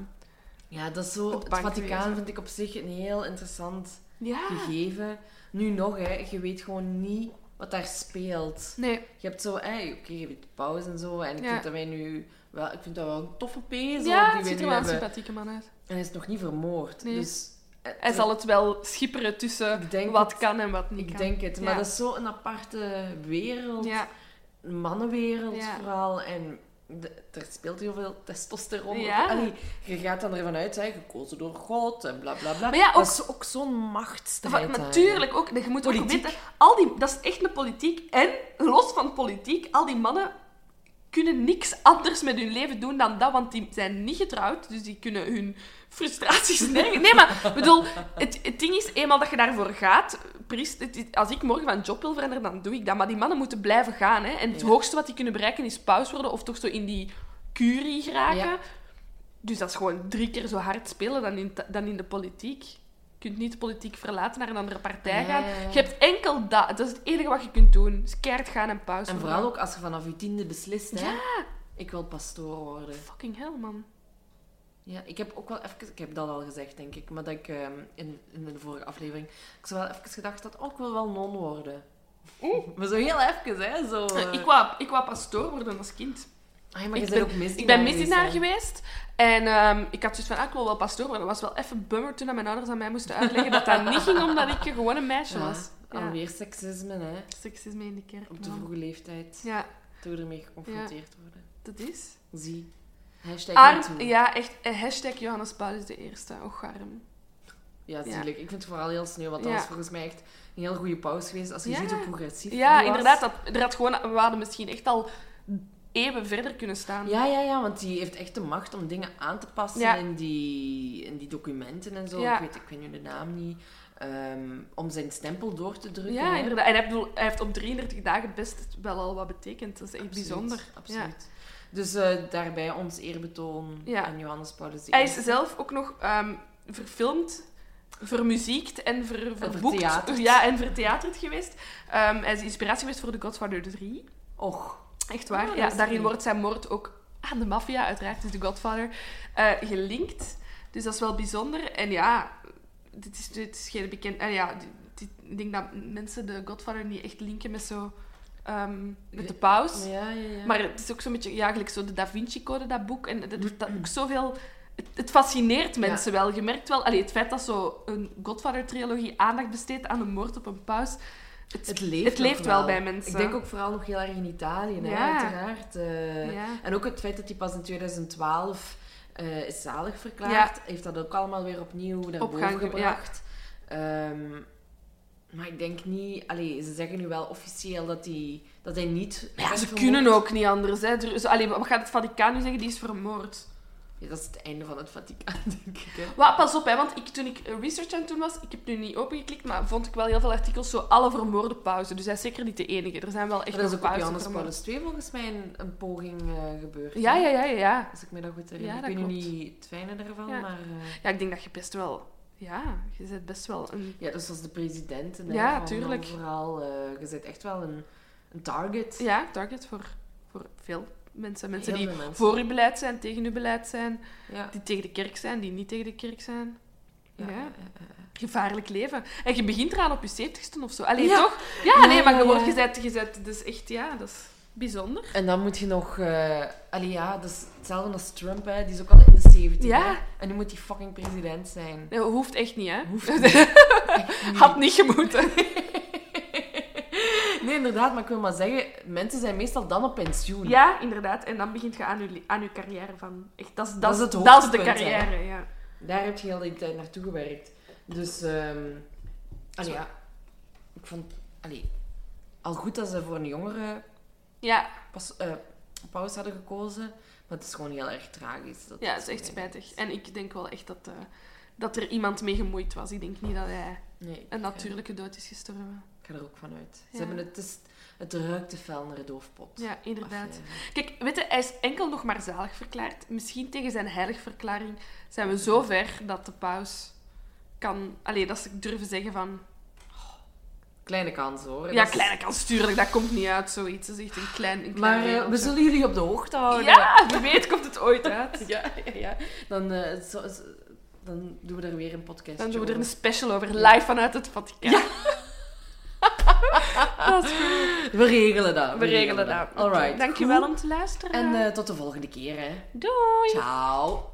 Speaker 1: Ja, dat is zo...
Speaker 2: Het
Speaker 1: Het,
Speaker 2: bankwezen.
Speaker 1: Vaticaan vind ik op zich een heel interessant
Speaker 2: ja.
Speaker 1: gegeven. Nu nog, hè. Je weet gewoon niet wat daar speelt.
Speaker 2: Nee.
Speaker 1: Je hebt zo, hey, oké, je hebt pauze en zo. En ik
Speaker 2: Ja.
Speaker 1: vind dat wij nu wel, ik vind dat wel een toffe pezel
Speaker 2: Ja,
Speaker 1: die eh,
Speaker 2: het
Speaker 1: we
Speaker 2: ziet er
Speaker 1: nu
Speaker 2: wel een
Speaker 1: hebben.
Speaker 2: sympathieke man uit.
Speaker 1: En hij is nog niet vermoord.
Speaker 2: Nee.
Speaker 1: Dus eh,
Speaker 2: Hij zal het wel schipperen
Speaker 1: Ik
Speaker 2: tussen
Speaker 1: denk
Speaker 2: wat
Speaker 1: het.
Speaker 2: kan en wat niet
Speaker 1: ik
Speaker 2: kan.
Speaker 1: denk het. Maar
Speaker 2: Ja.
Speaker 1: dat is zo'n aparte wereld.
Speaker 2: Ja,
Speaker 1: Mannenwereld
Speaker 2: Ja.
Speaker 1: vooral. En de- er speelt heel veel testosteron.
Speaker 2: Ja.
Speaker 1: Allee, je gaat dan ervan uit, hè, gekozen door God en bla bla bla.
Speaker 2: Maar ja, ook-
Speaker 1: dat is ook zo'n machtsstrijd.
Speaker 2: Maar
Speaker 1: eigenlijk.
Speaker 2: natuurlijk ook. Je moet ook
Speaker 1: eh, Politiek.
Speaker 2: weten, al die, dat is echt een politiek. En los van politiek, al die mannen kunnen niks anders met hun leven doen dan dat, want die zijn niet getrouwd, dus die kunnen hun frustraties nergens... Nee, maar ik bedoel, het, het ding is, eenmaal dat je daarvoor gaat, priest, het is- als ik morgen van job wil veranderen, dan doe ik dat. Maar die mannen moeten blijven gaan, hè. En het
Speaker 1: Ja.
Speaker 2: hoogste wat die kunnen bereiken is paus worden, of toch zo in die curie geraken.
Speaker 1: Ja.
Speaker 2: Dus dat is gewoon drie keer zo hard spelen dan in, ta- dan in de politiek. Je kunt niet de politiek verlaten, naar een andere partij
Speaker 1: Ja,
Speaker 2: gaan.
Speaker 1: ja, ja.
Speaker 2: Je hebt enkel dat. Dat is het enige wat je kunt doen. Dus keihard gaan en pauze.
Speaker 1: En vooral ook als je vanaf je tiende beslist, hè.
Speaker 2: Ja.
Speaker 1: Ik wil pastoor worden.
Speaker 2: Fucking hell, man.
Speaker 1: Ja, ik heb ook wel even... Ik heb dat al gezegd, denk ik. Maar dat ik ehm, in, in de vorige aflevering... Ik zo wel even gedacht had, oh, ik wil wel non worden. Maar zo heel even, hè. Zo, eh.
Speaker 2: Ik wou, ik wou pastoor worden als kind.
Speaker 1: Ah, maar je
Speaker 2: Ik
Speaker 1: bent
Speaker 2: ben-
Speaker 1: ook misdienaar
Speaker 2: Ik ben misdienaar
Speaker 1: geweest,
Speaker 2: geweest. En ehm, ik had zoiets van, ah, ik wil wel pastoor worden. Dat was wel even bummer toen dat mijn ouders aan mij moesten uitleggen dat dat niet ging omdat ik gewoon een meisje
Speaker 1: hè. Ja,
Speaker 2: was. Ja.
Speaker 1: Alweer seksisme, hè.
Speaker 2: Seksisme in de kerk.
Speaker 1: Op de
Speaker 2: man.
Speaker 1: vroege leeftijd.
Speaker 2: Ja,
Speaker 1: Door ermee geconfronteerd worden.
Speaker 2: dat is.
Speaker 1: Zie. Hashtag me
Speaker 2: Arm,
Speaker 1: too.
Speaker 2: ja, echt. eh, Hashtag Johannes Paulus de Eerste. Och, arm.
Speaker 1: Ja,
Speaker 2: Ja.
Speaker 1: zielig. Ik vind het vooral heel sneu, want dat
Speaker 2: Ja.
Speaker 1: was volgens mij echt een heel goede pauze geweest. Als je
Speaker 2: Ja.
Speaker 1: ziet hoe progressief
Speaker 2: Ja,
Speaker 1: die was.
Speaker 2: inderdaad. Dat, er had gewoon, we hadden misschien echt al eeuwen verder kunnen staan.
Speaker 1: Ja, ja, ja, want die heeft echt de macht om dingen aan te passen
Speaker 2: Ja.
Speaker 1: in, die, in die documenten en zo.
Speaker 2: Ja.
Speaker 1: Ik, weet, ik weet nu de naam niet. Ehm, om zijn stempel door te drukken.
Speaker 2: Ja,
Speaker 1: hè.
Speaker 2: inderdaad. En hij, bedoel, hij heeft op 33 dagen best wel al wat betekend. Dat is echt
Speaker 1: Absoluut,
Speaker 2: bijzonder.
Speaker 1: Absoluut. Dus eh, daarbij ons eerbetoon
Speaker 2: Ja.
Speaker 1: aan Johannes Paulus I.
Speaker 2: Hij is zelf ook nog ehm, verfilmd, vermuziekt en ver, verboekt.
Speaker 1: vertheaterd.
Speaker 2: Ja, en vertheaterd geweest. Ehm, hij is inspiratie geweest voor The Godfather 3.
Speaker 1: Och,
Speaker 2: Echt
Speaker 1: Ah,
Speaker 2: waar.
Speaker 1: dat
Speaker 2: ja,
Speaker 1: is
Speaker 2: daarin
Speaker 1: lief.
Speaker 2: wordt zijn moord ook aan de maffia, uiteraard, dus The Godfather, eh, gelinkt. Dus dat is wel bijzonder. En ja, dit is, dit is geen bekend... eh, ja, dit- dit- ik denk dat mensen The Godfather niet echt linken met zo... ehm, met de paus.
Speaker 1: ja, ja, ja.
Speaker 2: Maar het is ook zo'n beetje, ja, gelijk zo de Da Vinci-code, dat boek. En dat heeft dat
Speaker 1: Mm-hmm.
Speaker 2: ook zoveel... Het, het fascineert mensen wel. Je merkt wel, allee, het feit dat zo'n Godfather-trilogie aandacht besteedt aan een moord op een paus. Het,
Speaker 1: het leeft,
Speaker 2: het
Speaker 1: nog
Speaker 2: leeft wel bij mensen.
Speaker 1: Ik denk ook vooral nog heel erg in Italië, hè,
Speaker 2: Ja.
Speaker 1: uiteraard. eh.
Speaker 2: Ja.
Speaker 1: En ook het feit dat hij pas in 2012 eh, is zalig verklaard, heeft dat ook allemaal weer opnieuw naar
Speaker 2: Op
Speaker 1: boven
Speaker 2: gang ge-
Speaker 1: gebracht. Ehm, maar ik denk niet... Allee, ze zeggen nu wel officieel dat hij, dat hij niet...
Speaker 2: Ja,
Speaker 1: werd
Speaker 2: ze
Speaker 1: vermoord.
Speaker 2: kunnen ook niet anders. Hè. Er- zo- allee, wat gaat het Vaticaan nu zeggen? Die is vermoord.
Speaker 1: Ja, dat is het einde van het Vaticaan, denk ik. Hè.
Speaker 2: Maar pas op, hè, want ik, toen ik research aan het doen was, ik heb nu niet opengeklikt, maar vond ik wel heel veel artikels zo alle vermoorde pauzen. Dus hij is zeker niet de enige. Er zijn wel echt
Speaker 1: Maar dat is
Speaker 2: nog
Speaker 1: ook op
Speaker 2: pauzen
Speaker 1: Johannes
Speaker 2: vermoord.
Speaker 1: Paulus II volgens mij een, een poging eh, gebeurd.
Speaker 2: Ja,
Speaker 1: hè?
Speaker 2: ja, ja, ja, ja.
Speaker 1: Als ik me dat goed
Speaker 2: Ja,
Speaker 1: herinner.
Speaker 2: dat
Speaker 1: ik weet nu
Speaker 2: klopt.
Speaker 1: niet het fijne daarvan,
Speaker 2: Ja.
Speaker 1: maar... eh,
Speaker 2: Ja, ik denk dat je best wel... Ja, je bent best wel een...
Speaker 1: ja, dus als de president en
Speaker 2: Ja, tuurlijk.
Speaker 1: vooral... eh, je bent echt wel een, een target.
Speaker 2: Ja, target voor, voor veel mensen. Mensen
Speaker 1: Heel
Speaker 2: die
Speaker 1: veel mensen.
Speaker 2: voor uw beleid zijn, tegen uw beleid zijn,
Speaker 1: Ja.
Speaker 2: die tegen de kerk zijn, die niet tegen de kerk zijn.
Speaker 1: Ja,
Speaker 2: Ja.
Speaker 1: ja, ja, ja.
Speaker 2: Gevaarlijk leven. En je begint eraan op je zeventigste of zo. Allee,
Speaker 1: Ja.
Speaker 2: toch? Ja,
Speaker 1: Ja,
Speaker 2: nee, maar
Speaker 1: ja,
Speaker 2: je
Speaker 1: ja.
Speaker 2: wordt gezet, gezet. Dus echt, ja, dat is bijzonder.
Speaker 1: En dan moet je nog... eh allee, ja, dat is hetzelfde als Trump, hè. Die is ook al in de 70.
Speaker 2: Ja.
Speaker 1: hè. En nu moet hij fucking president zijn.
Speaker 2: Nee, hoeft echt niet, hè?
Speaker 1: Hoeft niet. Echt niet.
Speaker 2: Had niet gemoeten.
Speaker 1: Nee, inderdaad, maar ik wil maar zeggen, mensen zijn meestal dan op pensioen.
Speaker 2: Ja, inderdaad. En dan begint je aan je, li- aan je carrière van... Echt, dat, is, dat,
Speaker 1: Dat
Speaker 2: is-
Speaker 1: is het
Speaker 2: dat is de
Speaker 1: hoogtepunt, hè.
Speaker 2: carrière, ja.
Speaker 1: Daar heb je heel de tijd naartoe gewerkt. Dus, ehm allee, ja. Ik vond... Allee, al goed dat ze voor een jongere
Speaker 2: Ja,
Speaker 1: pas, eh, pauze hadden gekozen. Maar het is gewoon heel erg tragisch. Dat
Speaker 2: ja,
Speaker 1: het
Speaker 2: dat is echt
Speaker 1: zo
Speaker 2: spijtig. En ik denk wel echt dat, eh, dat er iemand mee gemoeid was. Ik denk niet dat hij
Speaker 1: Nee, ik,
Speaker 2: een
Speaker 1: eh,
Speaker 2: natuurlijke dood is gestorven.
Speaker 1: Ik ga er ook van uit. Ze
Speaker 2: Ja.
Speaker 1: hebben het, het, is, het ruikt te fel naar de doofpot.
Speaker 2: Ja, inderdaad.
Speaker 1: Aflevering.
Speaker 2: Kijk, weet je, hij is enkel nog maar zalig verklaard. Misschien tegen zijn heiligverklaring zijn we zo ver dat de paus kan... Allee, dat ze durven zeggen van...
Speaker 1: Kleine kans hoor.
Speaker 2: Ja,
Speaker 1: Dat is-
Speaker 2: kleine kans, tuurlijk, dat komt niet uit, zoiets. Dat is echt een klein... Een
Speaker 1: Maar
Speaker 2: klein
Speaker 1: eh, we
Speaker 2: regeltje.
Speaker 1: zullen Oh, jullie op de hoogte houden.
Speaker 2: Ja, wie weet komt het ooit uit.
Speaker 1: ja, ja, ja. Dan, eh, zo- zo- dan doen we er weer een podcast.
Speaker 2: Dan doen we er een
Speaker 1: over.
Speaker 2: special over, live vanuit het Vaticaan. Ja. dat is goed.
Speaker 1: We regelen dat.
Speaker 2: We regelen dat.
Speaker 1: Alright.
Speaker 2: Dankjewel om te luisteren.
Speaker 1: En eh, tot de volgende keer, hè.
Speaker 2: Doei.
Speaker 1: Ciao.